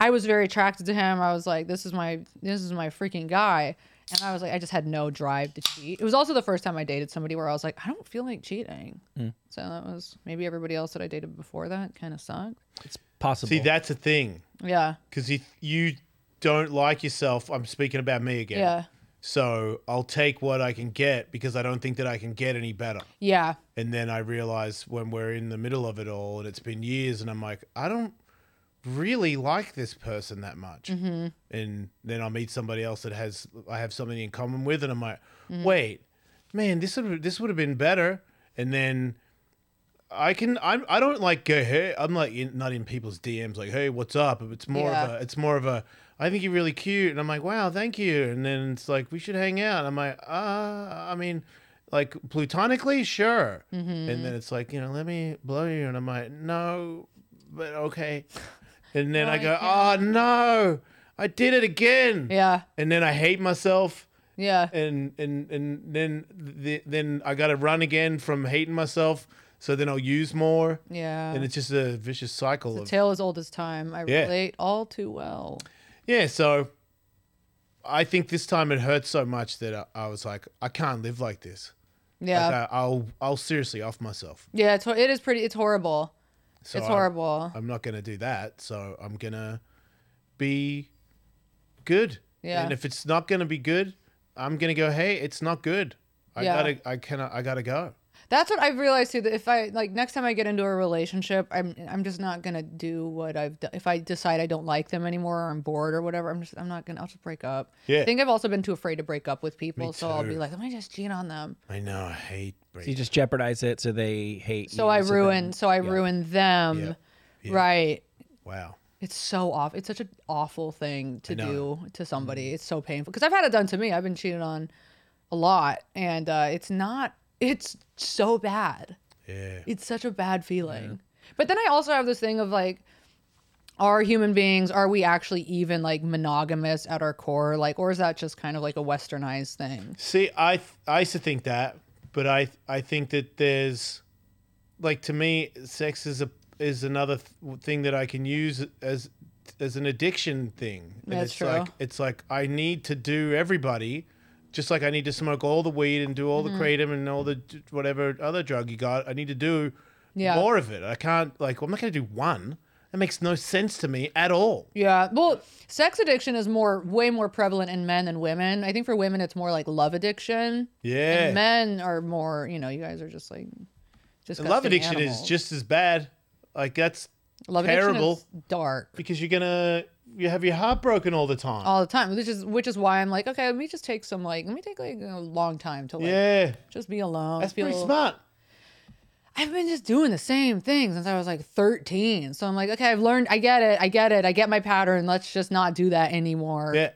S5: I was very attracted to him. I was like, this is my this is my freaking guy. And I was like, I just had no drive to cheat. It was also the first time I dated somebody where I was like, I don't feel like cheating. So that was maybe everybody else that I dated before that kind of sucked.
S6: It's possible.
S4: See, that's a thing
S5: Yeah.
S4: because if you don't like yourself, I'm speaking about me again.
S5: Yeah.
S4: So I'll take what I can get because I don't think that I can get any better.
S5: Yeah.
S4: And then I realize when we're in the middle of it all and it's been years and I'm like, I don't really like this person that much. And then I'll meet somebody else that has I have something in common with and I'm like, wait, man, this would this would have been better. And then I can I'm I don't like go hey I'm like in, not in people's DMs like hey what's up it's more
S5: Yeah.
S4: of a it's more of a I think you're really cute and I'm like wow thank you and then it's like we should hang out I'm like uh I mean like platonically sure and then it's like you know let me blow you and I'm like no but okay and then I go oh no I did it again
S5: Yeah.
S4: and then I hate myself
S5: Yeah.
S4: and and and then th- then I got to run again from hating myself. So then I'll use more,
S5: Yeah.
S4: and it's just a vicious cycle
S5: the
S4: of
S5: tale as old as time. I
S4: Yeah.
S5: relate all too well.
S4: yeah. So I think this time it hurt so much that I, I was like, I can't live like this.
S5: Yeah.
S4: Like I, I'll I'll seriously off myself.
S5: Yeah. It's, hor- it is pretty, it's horrible.
S4: So
S5: it's
S4: I'm-
S5: horrible.
S4: I'm not gonna do that. So I'm gonna be good.
S5: Yeah.
S4: And if it's not gonna be good, I'm gonna go. Hey, it's not good. I
S5: Yeah.
S4: gotta. I cannot. I gotta go.
S5: That's what I've realized too. That if I like next time I get into a relationship, I'm I'm just not gonna do what I've done. If I decide I don't like them anymore or I'm bored or whatever, I'm just I'm not gonna. I'll just break up.
S4: Yeah.
S5: I think I've also been too afraid to break up with people, so I'll be
S4: too.
S5: like, let me just cheat on them.
S4: I know. I hate. breaking.
S6: you just jeopardize it, so they hate.
S5: So
S6: you,
S5: I
S6: then-
S5: ruin. So I ruin them.
S4: Yeah.
S5: Right.
S4: Wow.
S5: It's so off. It's such an awful thing to
S4: know.
S5: do to somebody. It's so painful because I've had it done to me. I've been cheated on a lot, and uh, it's not. It's so bad.
S4: Yeah.
S5: it's such a bad feeling. But then I also have this thing of like, are human beings, are we actually even like monogamous at our core? Like, or is that just kind of like a westernized thing?
S4: See, I th- I used to think that, but I I think that there's, like to me, sex is a is another th- thing that I can use as as an addiction thing. And
S5: That's
S4: it's like
S5: true.
S4: it's like I need to do everybody, just like I need to smoke all the weed and do all
S5: Mm-hmm.
S4: the kratom and all the d- whatever other drug you got. I need to do
S5: Yeah.
S4: more of it. I can't like I'm not gonna do one. That makes no sense to me at all.
S5: Yeah. Well, sex addiction is more, way more prevalent in men than women. I think for women, it's more like love addiction.
S4: Yeah.
S5: And men are more, you know, you guys are just like, just
S4: Love addiction is
S5: animals.
S4: just as bad. Like that's
S5: love
S4: terrible.
S5: Addiction is dark
S4: because you're gonna you have your heart broken all the time.
S5: all the time, which is which is why I'm like, okay, let me just take some like, let me take like a long time to like
S4: yeah,
S5: just be alone.
S4: that's
S5: feel,
S4: pretty smart.
S5: I've been just doing the same thing since I was like 13. So I'm like, okay, I've learned, I get it, I get it, I get my pattern. Let's just not do that anymore.
S4: Yeah,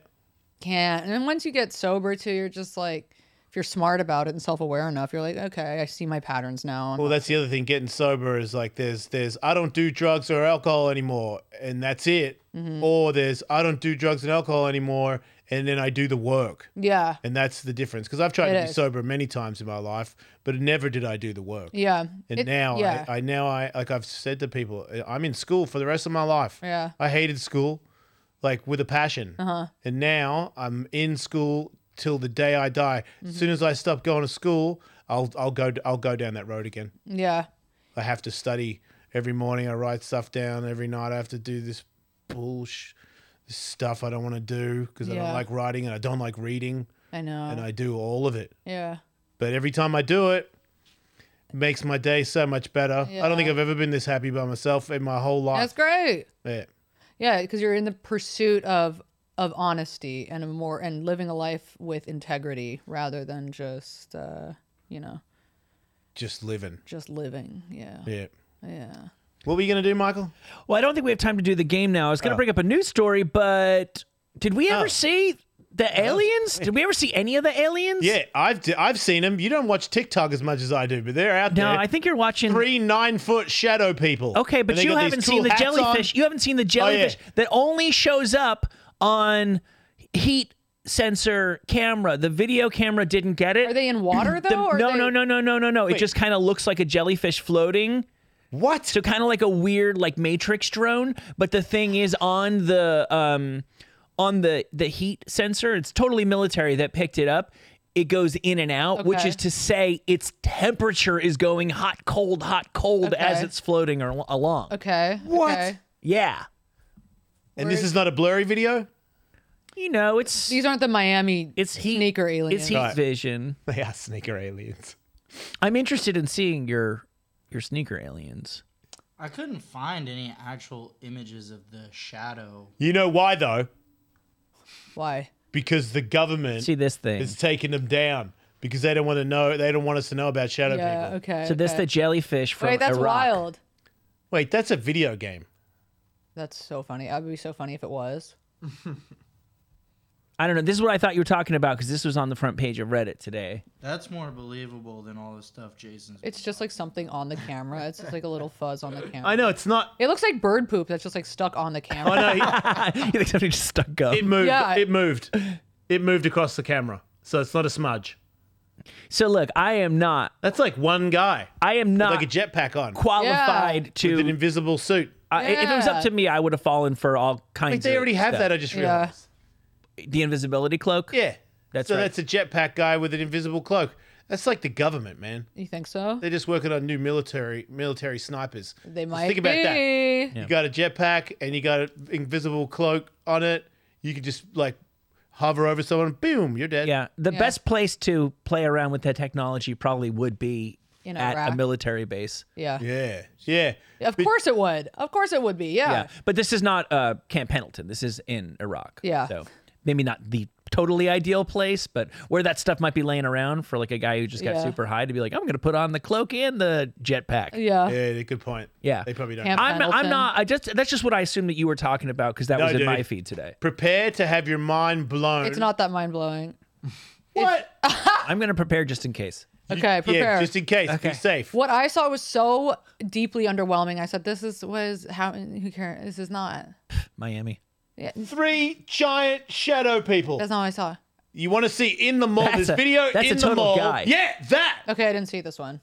S5: Can't. And then once you get sober too, you're just like, if you're smart about it and self aware enough, you're like, okay, I see my patterns now. And
S4: well, that's the other thing. Getting sober is like there's there's I don't do drugs or alcohol anymore, and that's it.
S5: Mm-hmm.
S4: Or there's I don't do drugs and alcohol anymore, and then I do the work,
S5: yeah.
S4: and that's the difference. Because I've tried
S5: It
S4: to be
S5: is.
S4: sober many times in my life, but never did I do the work.
S5: Yeah.
S4: And
S5: It-
S4: now
S5: yeah.
S4: I, I now I like I've said to people, I- I'm in school for the rest of my life.
S5: Yeah.
S4: I hated school, like with a passion. Uh-huh. And now I'm in school till the day I die.
S5: Mm-hmm.
S4: As soon as I stop going to school, I'll I'll go I'll go down that road again.
S5: yeah.
S4: I have to study every morning. I write stuff down every night. I have to do this bullsh this stuff I don't want to do because I
S5: Yeah.
S4: don't like writing and I don't like reading.
S5: I know.
S4: And I do all of it.
S5: yeah.
S4: But every time I do it, it makes my day so much better. I don't think
S5: Yeah.
S4: I've ever been this happy by myself in my whole life.
S5: That's great.
S4: Yeah.
S5: Yeah, because you're in the pursuit of of honesty and a more and living a life with integrity rather than just uh, you know,
S4: Just living.
S5: just living. Yeah.
S4: Yeah.
S5: Yeah.
S4: What were you going to do, Michael?
S6: Well, I don't think we have time to do the game now. I was going to bring up a news story, but did we ever
S4: Oh.
S6: see the aliens? Did we ever see any of the aliens?
S4: Yeah, I've, d- I've seen them. You don't watch TikTok as much as I do, but they're out
S6: No,
S4: there.
S6: I think you're watching.
S4: Three nine foot shadow people.
S6: Okay,
S4: And
S6: but
S4: they
S6: you
S4: got these
S6: haven't
S4: cool
S6: seen the
S4: hats on. Oh,
S6: jellyfish. You haven't seen the
S4: yeah.
S6: jellyfish that only shows up on heat sensor camera. The video camera didn't get it.
S5: Are they in water though?
S6: The-
S5: or
S6: no,
S5: they-
S6: no, no, no, no, no, no. It just kind of looks like a jellyfish floating.
S4: What?
S6: So kind of like a weird like matrix drone, but the thing is on the um on the the heat sensor, it's totally military that picked it up. It goes in and out, which
S5: Okay.
S6: is to say its temperature is going hot, cold, hot, cold as
S5: Okay.
S6: it's floating ar- along.
S5: Okay.
S4: What?
S5: okay.
S6: Yeah.
S4: and this is not a blurry video?
S6: You know, it's
S5: These aren't the Miami
S6: it's heat
S5: sneaker aliens.
S6: It's heat
S4: Right.
S6: vision.
S4: They are sneaker aliens.
S6: I'm interested in seeing your your sneaker aliens.
S2: I couldn't find any actual images of the shadow.
S4: You know why, though?
S5: Why?
S4: Because the government
S6: See this thing.
S4: is taking them down because they don't want to know. They don't want us to know about shadow
S5: Yeah.
S4: people.
S5: Okay.
S6: so this
S5: okay.
S6: the jellyfish from
S5: Wait, that's
S6: Iraq.
S5: wild.
S4: Wait, that's a video game.
S5: That's so funny. That would be so funny if it was.
S6: I don't know. This is what I thought you were talking about because this was on the front page of Reddit today.
S2: That's more believable than all the stuff Jason's.
S5: It's just like something on the camera. It's just like a little fuzz on the camera.
S4: I know it's not.
S5: It looks like bird poop that's just like stuck on the camera.
S4: I know
S6: you think somebody just stuck up?
S4: it moved.
S5: Yeah.
S4: It moved. It moved across the camera, so it's not a smudge.
S6: so look, I am not.
S4: That's like one guy,
S6: I am not
S4: like a jetpack on,
S6: qualified
S4: with an
S6: to.
S4: invisible suit.
S6: I- If it was up
S5: Yeah.
S6: to me, I would have fallen for all kinds.
S4: Like they
S6: of
S4: already have
S6: stuff.
S4: that. I just
S5: yeah.
S4: realized.
S6: the invisibility cloak.
S4: Yeah,
S6: That's
S4: so
S6: right.
S4: that's a jetpack guy with an invisible cloak. That's like the government, man.
S5: You think so?
S4: They're just working on new military military snipers.
S5: They
S4: Just
S5: might
S4: think about
S5: be.
S4: that. You got a jetpack and you got an invisible cloak on it. You can just like hover over someone, boom, you're dead.
S6: Yeah, the
S5: Yeah.
S6: best place to play around with that technology probably would be
S5: In
S6: at a
S5: Iraq.
S6: military base.
S5: Yeah.
S4: Yeah. Yeah.
S5: Of course it would. Of course it would be. Yeah.
S6: Yeah, but this is not uh, Camp Pendleton. This is in Iraq.
S5: Yeah.
S6: so maybe not the totally ideal place, but where that stuff might be laying around for like a guy who just got
S5: Yeah.
S6: super high to be like, I'm gonna put on the cloak and the jetpack.
S5: Yeah.
S4: Yeah, they- good point.
S6: Yeah.
S4: They probably don't.
S5: Camp-
S6: I'm, I'm
S5: Pendleton.
S6: not. I just that's just what I assumed that you were talking about because that
S4: No,
S6: was in
S4: dude.
S6: my feed today.
S4: Prepare to have your mind blown.
S5: It's not that mind blowing.
S4: what?
S6: I'm gonna prepare just in case.
S5: Okay, prepare.
S4: Yeah, just in case. Be safe.
S5: What I saw was so deeply underwhelming. I said, "This is was how who cares? This is not.
S6: Miami.
S5: Yeah,
S4: Three giant shadow people.
S5: that's not what I saw."
S4: you want to see in the mall
S6: That's
S4: this
S6: a-
S4: video
S6: that's a
S4: in the
S6: total
S4: mall.
S6: guy.
S4: Yeah, that.
S5: Okay, I didn't see this one.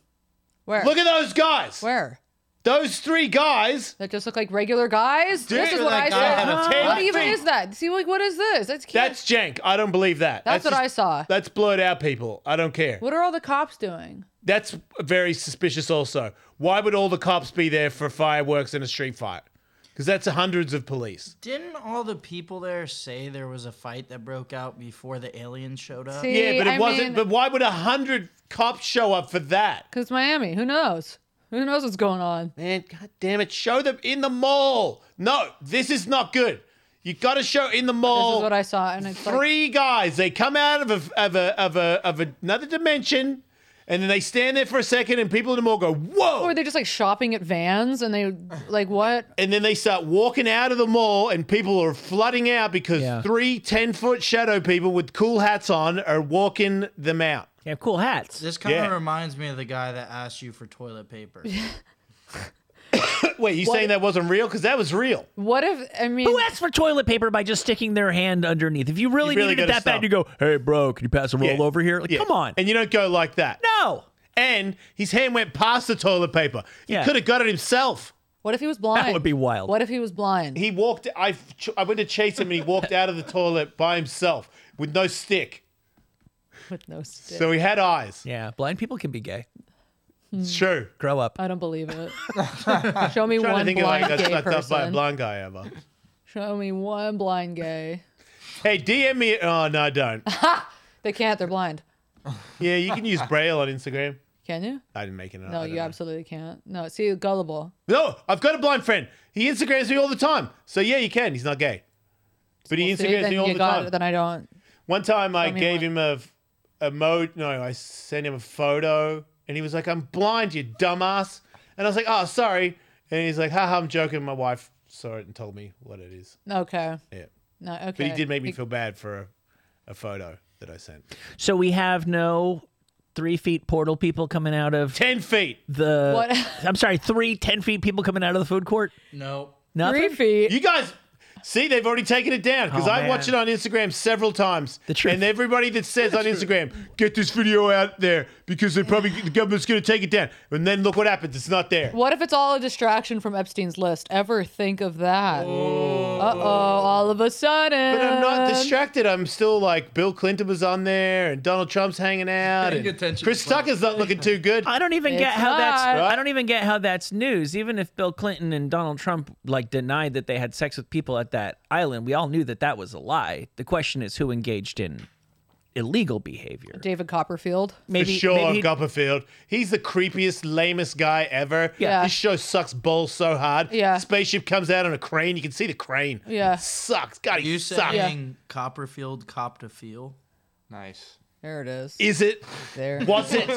S5: Where?
S4: Look at those guys.
S5: where?
S4: Those three guys.
S5: That just look like regular guys.
S4: Dude,
S5: this is what
S4: that
S5: I
S4: guy had a
S5: saw.
S4: tan
S5: What even
S4: feet.
S5: is that? See, like, what is this? That's cute.
S4: That's jank. I don't believe that.
S5: That's what I saw.
S4: That's blurred out people. I don't care.
S5: what are all the cops doing?
S4: That's very suspicious also. Why would all the cops be there for fireworks and a street fight? Because that's hundreds of police.
S2: Didn't all the people there say there was a fight that broke out before the aliens showed up?
S5: See,
S4: Yeah, but it
S5: I
S4: wasn't.
S5: mean,
S4: but why would a hundred cops show up for that?
S5: Cause Miami. Who knows? Who knows what's going on?
S4: Man, god damn it! Show them in the mall. No, this is not good. You got to show in the
S5: This is
S4: mall.
S5: what I saw, and it's like,
S4: Three guys. They come out of a, of a of a of another dimension, and then they stand there for a second, and people in the mall go, "Whoa!"
S5: or they're just like shopping at Vans, and they like what?
S4: and then they start walking out of the mall and people are flooding out because
S6: Yeah.
S4: three 10 foot shadow people with cool hats on are walking them out.
S6: Yeah, cool hats.
S2: This kind of
S4: Yeah.
S2: reminds me of the guy that asked you for toilet paper.
S4: Wait, you saying that wasn't real? Because that was real.
S5: What if? I mean,
S6: Who asked for toilet paper by just sticking their hand underneath? If you really,
S4: You really
S6: needed it that
S4: gotta
S6: bad, you go, "Hey, bro, can you pass a roll
S4: Yeah.
S6: over here?" Like,
S4: Yeah.
S6: come on.
S4: And you don't go like that.
S6: no.
S4: And his hand went past the toilet paper. He
S6: Yeah.
S4: could have got it himself.
S5: What if he was blind?
S6: would be wild.
S5: What if he was blind?
S4: He walked, I, I went to chase him and he walked out of the toilet by himself with no stick.
S5: with no stick.
S4: So he had eyes.
S6: Yeah, blind people can be gay.
S5: Mm.
S4: It's true.
S6: Grow up.
S5: I don't believe it. Show me
S4: I'm trying to
S5: one
S4: think of like
S5: blind
S4: got
S5: gay
S4: sucked up by a
S5: person.
S4: blind guy ever.
S5: Show me one blind gay.
S4: Hey, DM me. Oh, no, don't.
S5: They can't. They're blind.
S4: Yeah, you can use Braille on Instagram.
S5: Can you?
S4: I didn't make it up.
S5: No,
S4: I
S5: you
S4: don't know.
S5: absolutely can't. No, see, gullible.
S4: No, I've got a blind friend. He Instagrams me all the time. So yeah, you can. He's not gay, but he
S5: See,
S4: Instagrams
S5: then
S4: me all
S5: you
S4: the
S5: got
S4: time.
S5: it. Then I don't.
S4: One time, I
S5: me
S4: gave
S5: why.
S4: him a a mode. No, I sent him a photo, and he was like, "I'm blind, you dumbass." And I was like, "Oh, sorry." And he's like, "Haha, I'm joking." My wife saw it and told me what it is.
S5: Okay.
S4: Yeah,
S5: No. Okay.
S4: but he did make me feel bad for a, a photo that I sent.
S6: So we have no three feet portal people coming out of
S4: Ten feet.
S6: the.
S5: What?
S6: I'm sorry, three ten feet people coming out of the food court.
S2: no.
S6: Nothing.
S5: Three feet.
S4: You guys, See, they've already taken it down because
S6: Oh,
S4: I watch it
S6: man.
S4: on Instagram several times.
S6: The truth.
S4: And everybody that says on Instagram, get this video out there because they probably the government's going to take it down. And then look what happens. It's not there.
S5: What if it's all a distraction from Epstein's list? Ever think of that? Uh oh, all of a sudden.
S4: But I'm not distracted. I'm still like Bill Clinton was on there and Donald Trump's hanging out.
S2: Paying
S4: And
S2: attention
S4: Chris
S2: to what-
S4: Tucker's not looking too good.
S6: I don't even get
S5: It's
S6: how that's.
S5: not.
S6: I don't even get how that's news. Even if Bill Clinton and Donald Trump like denied that they had sex with people at that island, we all knew that that was a lie. The question is who engaged in illegal behavior.
S5: David Copperfield.
S6: Maybe
S4: for sure,
S6: maybe he-
S4: Copperfield. He's the creepiest, lamest guy ever.
S5: Yeah.
S4: This show sucks balls so hard.
S5: Yeah.
S4: Spaceship comes out on a crane. You can see the crane.
S5: Yeah.
S4: Sucks. God, he
S2: You
S4: sucks.
S2: saying Copperfield copped a feel?
S8: Nice.
S5: There it is.
S4: Is it?
S5: There.
S4: Was it?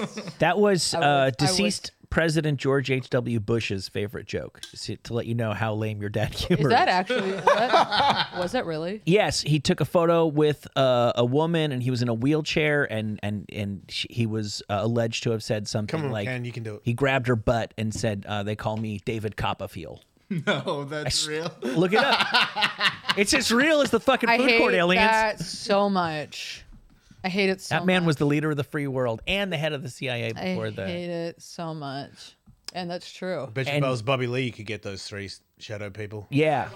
S6: that was uh,
S5: I would-
S6: deceased President George H. W. Bush's favorite joke just to let you know how lame your dad humor
S5: Is that actually what? Was that really?
S6: Yes, he took a photo with uh, a woman, and he was in a wheelchair, and and and she, he was uh, alleged to have said something
S4: Come on,
S6: like,
S4: Ken, you can do it.
S6: He grabbed her butt and said, uh, "They call me David Copperfield."
S2: No, that's real.
S6: Look it up. it's as real as the fucking
S5: I
S6: food
S5: hate
S6: court aliens. That,
S5: that so much. I hate it so much.
S6: man was the leader of the free world and the head of the CIA
S5: I
S6: before
S5: hate
S6: the.
S5: it so much. And that's true.
S4: Bet you
S6: And-
S4: if I was Bobby Lee, you could get those three shadow people.
S6: Yeah.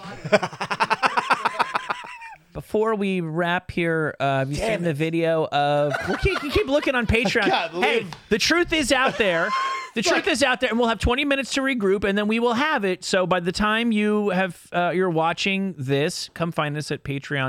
S6: Before we wrap here, uh, have you seen the video of? We'll keep, you keep looking on Patreon.
S4: can't
S6: hey,
S4: live.
S6: the truth is out there. The truth is out there, and we'll have 20 minutes to regroup, and then we will have it. So by the time you have uh, you're watching this, come find us at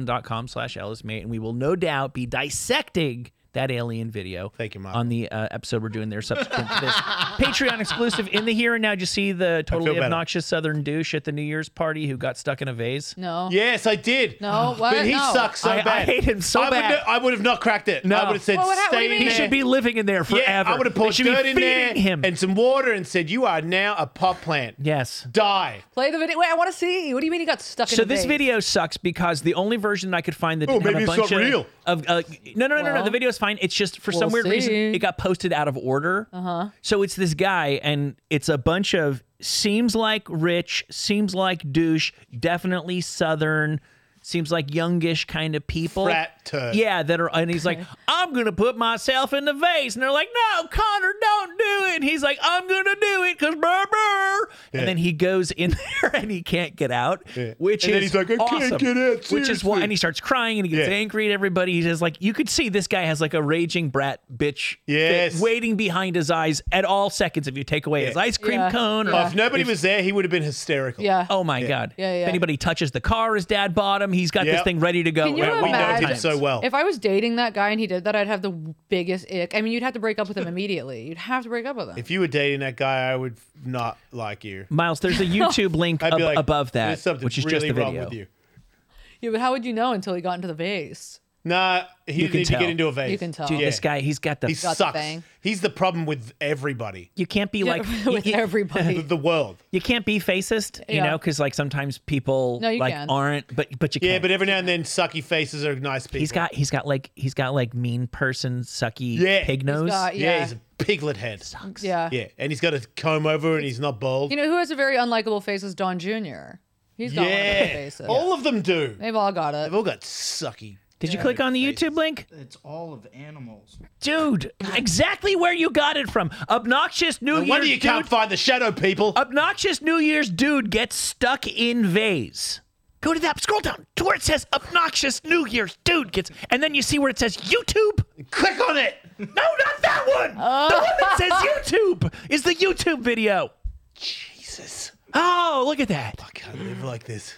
S6: Patreon.com/slash EllisMate, and we will no doubt be dissecting that alien video.
S4: Thank you, Mom.
S6: On the uh, episode we're doing there subsequent to this Patreon exclusive in the here and now. Did you see the totally
S4: better.
S6: obnoxious Southern douche at the New Year's party who got stuck in a vase?
S5: No.
S4: Yes, I did.
S5: No, what?
S4: But he
S5: No.
S4: sucks so
S6: I- I
S4: bad.
S6: hate him so
S4: I would
S6: bad.
S4: no- I would have not cracked it.
S6: No.
S4: I would have said,
S5: Well, what ha- what do
S4: stay
S5: you
S4: in
S5: mean?
S6: He
S4: there.
S6: should be living in there forever.
S4: Yeah, I would have
S6: They
S4: poured
S6: should be
S4: dirt in there
S6: feeding him.
S4: and some water and said, you are now a pot plant.
S6: yes.
S4: Die.
S5: Play the video. Wait, I want to see. What do you mean he got stuck in
S6: So
S5: a
S6: this
S5: vase?
S6: video sucks because the only version I could find that
S4: Oh,
S6: didn't have
S4: maybe
S6: a
S4: it's
S6: bunch
S4: not
S6: of,
S4: real.
S6: of uh, no, no, no, no, no.
S5: Well,
S6: The video's fine. It's just for some
S5: we'll
S6: weird reason
S5: see.
S6: it got posted out of order. Uh-huh. So it's this guy, and it's a bunch of seems like rich, seems like douche, definitely southern, seems like youngish kind of people.
S4: Frat turd.
S6: Yeah, that are, and he's like, I'm gonna put myself in the vase, and they're like, No, Connor, don't do it. And he's like, I'm gonna do it because brr brr.
S4: Yeah.
S6: And then he goes in there and he can't get out,
S4: Yeah.
S6: which
S4: And then
S6: is
S4: he's like, "I can't
S6: awesome,"
S4: get out,
S6: Which is why,
S4: seriously.
S6: and he starts crying and he gets
S4: Yeah.
S6: angry at everybody. He's just like, you could see this guy has like a raging brat bitch fit
S4: Yes.
S6: waiting behind his eyes at all seconds if you take away his
S4: Yeah.
S6: ice cream
S5: Yeah.
S6: cone. Or,
S5: Yeah.
S4: If nobody was there, he would have been hysterical.
S5: Yeah.
S6: Oh my god!
S5: Yeah, yeah.
S6: If anybody touches the car, his dad bought him. He's got this
S4: Yep.
S6: thing ready to go.
S5: Can you
S6: at all
S4: We know him
S5: Imagine.
S6: times.
S4: so well.
S5: If I was dating that guy and he did that, I'd have the biggest ick. I mean, you'd have to break up with him immediately. You'd have to break up with him.
S4: If you were dating that guy, I would not like you.
S6: Miles, there's a YouTube link
S4: I'd
S6: ab-
S4: be like,
S6: above that,
S4: There's something
S6: which is
S4: really
S6: just the
S4: wrong
S6: video.
S4: with you.
S5: Yeah, but how would you know until he got into the vase?
S4: Nah, he
S6: You can
S4: didn't need to
S6: tell.
S4: get into a vase.
S5: You can tell.
S6: Dude, Oh, this guy, he's got the.
S4: He
S5: the
S4: sucks.
S5: thing.
S4: He's the problem with everybody,
S6: you can't be like
S5: with
S6: you, you-
S5: everybody.
S4: the world.
S6: you can't be facist, you
S5: Yeah.
S6: know, because like sometimes people
S5: No, you
S6: like
S5: can.
S6: aren't, but but you
S4: Yeah,
S6: can.
S4: but every now and then, sucky faces are nice people.
S6: he's got he's got like he's got like mean person sucky
S4: Yeah.
S6: pig
S4: He's
S6: nose.
S5: got-
S4: Yeah,
S5: Yeah.
S4: he's a piglet head.
S5: yeah.
S4: Yeah, and he's got a comb over, and he's not bald.
S5: You know who has a very unlikable face is Don Jr. He's got one of
S4: yeah, Oh.
S5: those faces.
S4: all of them do.
S5: They've all got it.
S4: They've all got sucky.
S6: Did you click on the YouTube link?
S2: It's all of animals.
S6: Dude, exactly where you got it from. Obnoxious New
S4: No wonder
S6: Year's
S4: you
S6: dude. Oh.
S4: can't find the shadow people.
S6: obnoxious New Year's dude gets stuck in vase. Go to that. Scroll down to where it says obnoxious New Year's dude gets, and then you see where it says YouTube.
S4: Click on it.
S6: No, not that one. The one that says YouTube is the YouTube video.
S4: Jesus,
S6: Oh, look at that.
S4: I can't live like this.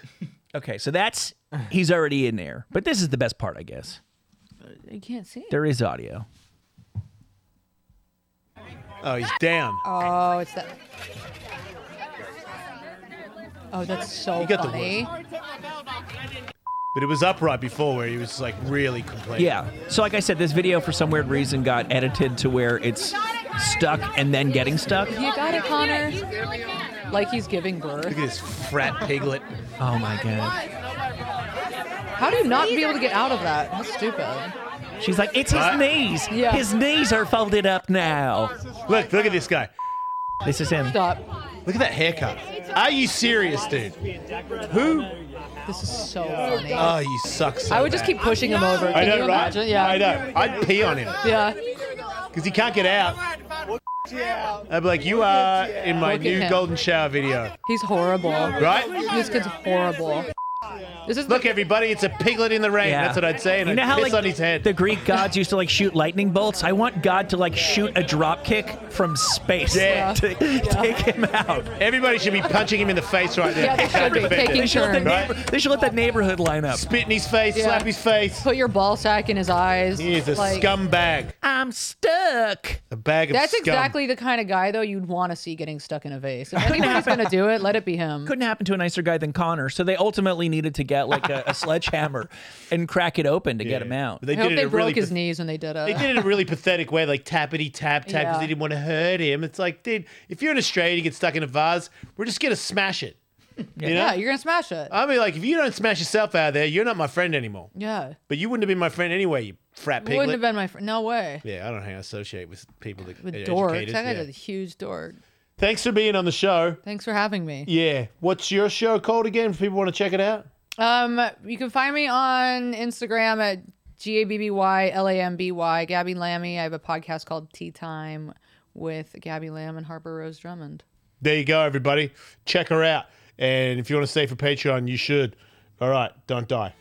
S6: Okay, so that's he's already in there, but this is the best part, I guess.
S5: You can't see. It.
S6: There is audio.
S4: Oh, he's down.
S5: Oh, it's that. Oh, that's so
S4: got the
S5: funny.
S4: But it was up right before where he was like really complaining.
S6: Yeah. So, like I said, this video for some weird reason got edited to where it's stuck and then getting stuck.
S5: You got it, Connor. Like he's giving birth.
S4: Look at this frat piglet.
S6: Oh my god.
S5: How do you not be able to get out of that? That's stupid.
S6: She's like, it's his
S4: What?
S6: knees.
S5: Yeah.
S6: His knees are folded up now.
S4: Look, look at this guy.
S6: This is him.
S5: Stop.
S4: Look at that haircut. Are you serious, dude? Who
S5: This is so funny.
S4: Oh, you suck so
S5: I would just
S4: bad.
S5: keep pushing him over.
S4: I
S5: Can
S4: know,
S5: you
S4: right?
S5: imagine? Yeah.
S4: I know. I'd pee on him
S5: Yeah.
S4: because he can't get out. I'd be like, you are in my
S5: Look at
S4: new
S5: him.
S4: golden shower video,
S5: He's horrible.
S4: right?
S5: This kid's horrible. This is
S4: Look, everybody, it's a piglet in the rain.
S6: Yeah.
S4: That's what I'd say, and
S6: You know
S4: I'd
S6: how
S4: piss
S6: like
S4: on his head.
S6: the Greek gods used to like shoot lightning bolts. I want God to like shoot a drop kick from space
S4: Yeah.
S6: to take him out.
S4: Everybody should be punching him in the face right now.
S5: Yeah, they should be. Taking
S6: They should, let the
S5: Right.
S6: neighbor- they should let that neighborhood line up.
S4: Spit in his face,
S5: Yeah.
S4: slap his face.
S5: put your ball sack in his eyes.
S4: He is a
S5: Like,
S4: scumbag.
S6: I'm stuck.
S4: A bag of
S5: That's
S4: scum.
S5: exactly the kind of guy though you'd want to see getting stuck in a vase. If anybody's gonna do it, let it be him.
S6: Couldn't happen to a nicer guy than Connor, so they ultimately needed to get like a, a sledgehammer and crack it open to get him out.
S4: But They
S5: I hope
S4: did it
S5: they
S4: in a
S5: broke
S4: really
S5: his
S4: pa-
S5: knees when they did
S4: They
S5: it.
S4: did it in a really pathetic way, like tappity tap tap, because
S5: Yeah.
S4: they didn't want to hurt him. It's like, dude, if you're in Australia, you get stuck in a vase, we're just gonna smash it. You know? Uh,
S5: yeah, you're gonna smash it.
S4: I mean, like, if you don't smash yourself out of there, you're not my friend anymore.
S5: yeah.
S4: But you wouldn't have been my friend anyway, you frat piglet.
S5: Wouldn't have been my friend. No way.
S4: Yeah, I don't hang I associate with people that
S5: With
S4: are
S5: dorks.
S4: educated,
S5: That guy's
S4: yeah.
S5: a huge dork.
S4: Thanks for being on the show.
S5: Thanks for having me.
S4: Yeah. What's your show called again? If people want to check it out.
S5: Um, you can find me on Instagram at G A B B Y L A M B Y, Gabby Lammy. I have a podcast called Tea Time with Gabby Lamb and Harper Rose Drummond.
S4: There you go, everybody. Check her out. And if you want to stay for Patreon, you should. All right, don't die.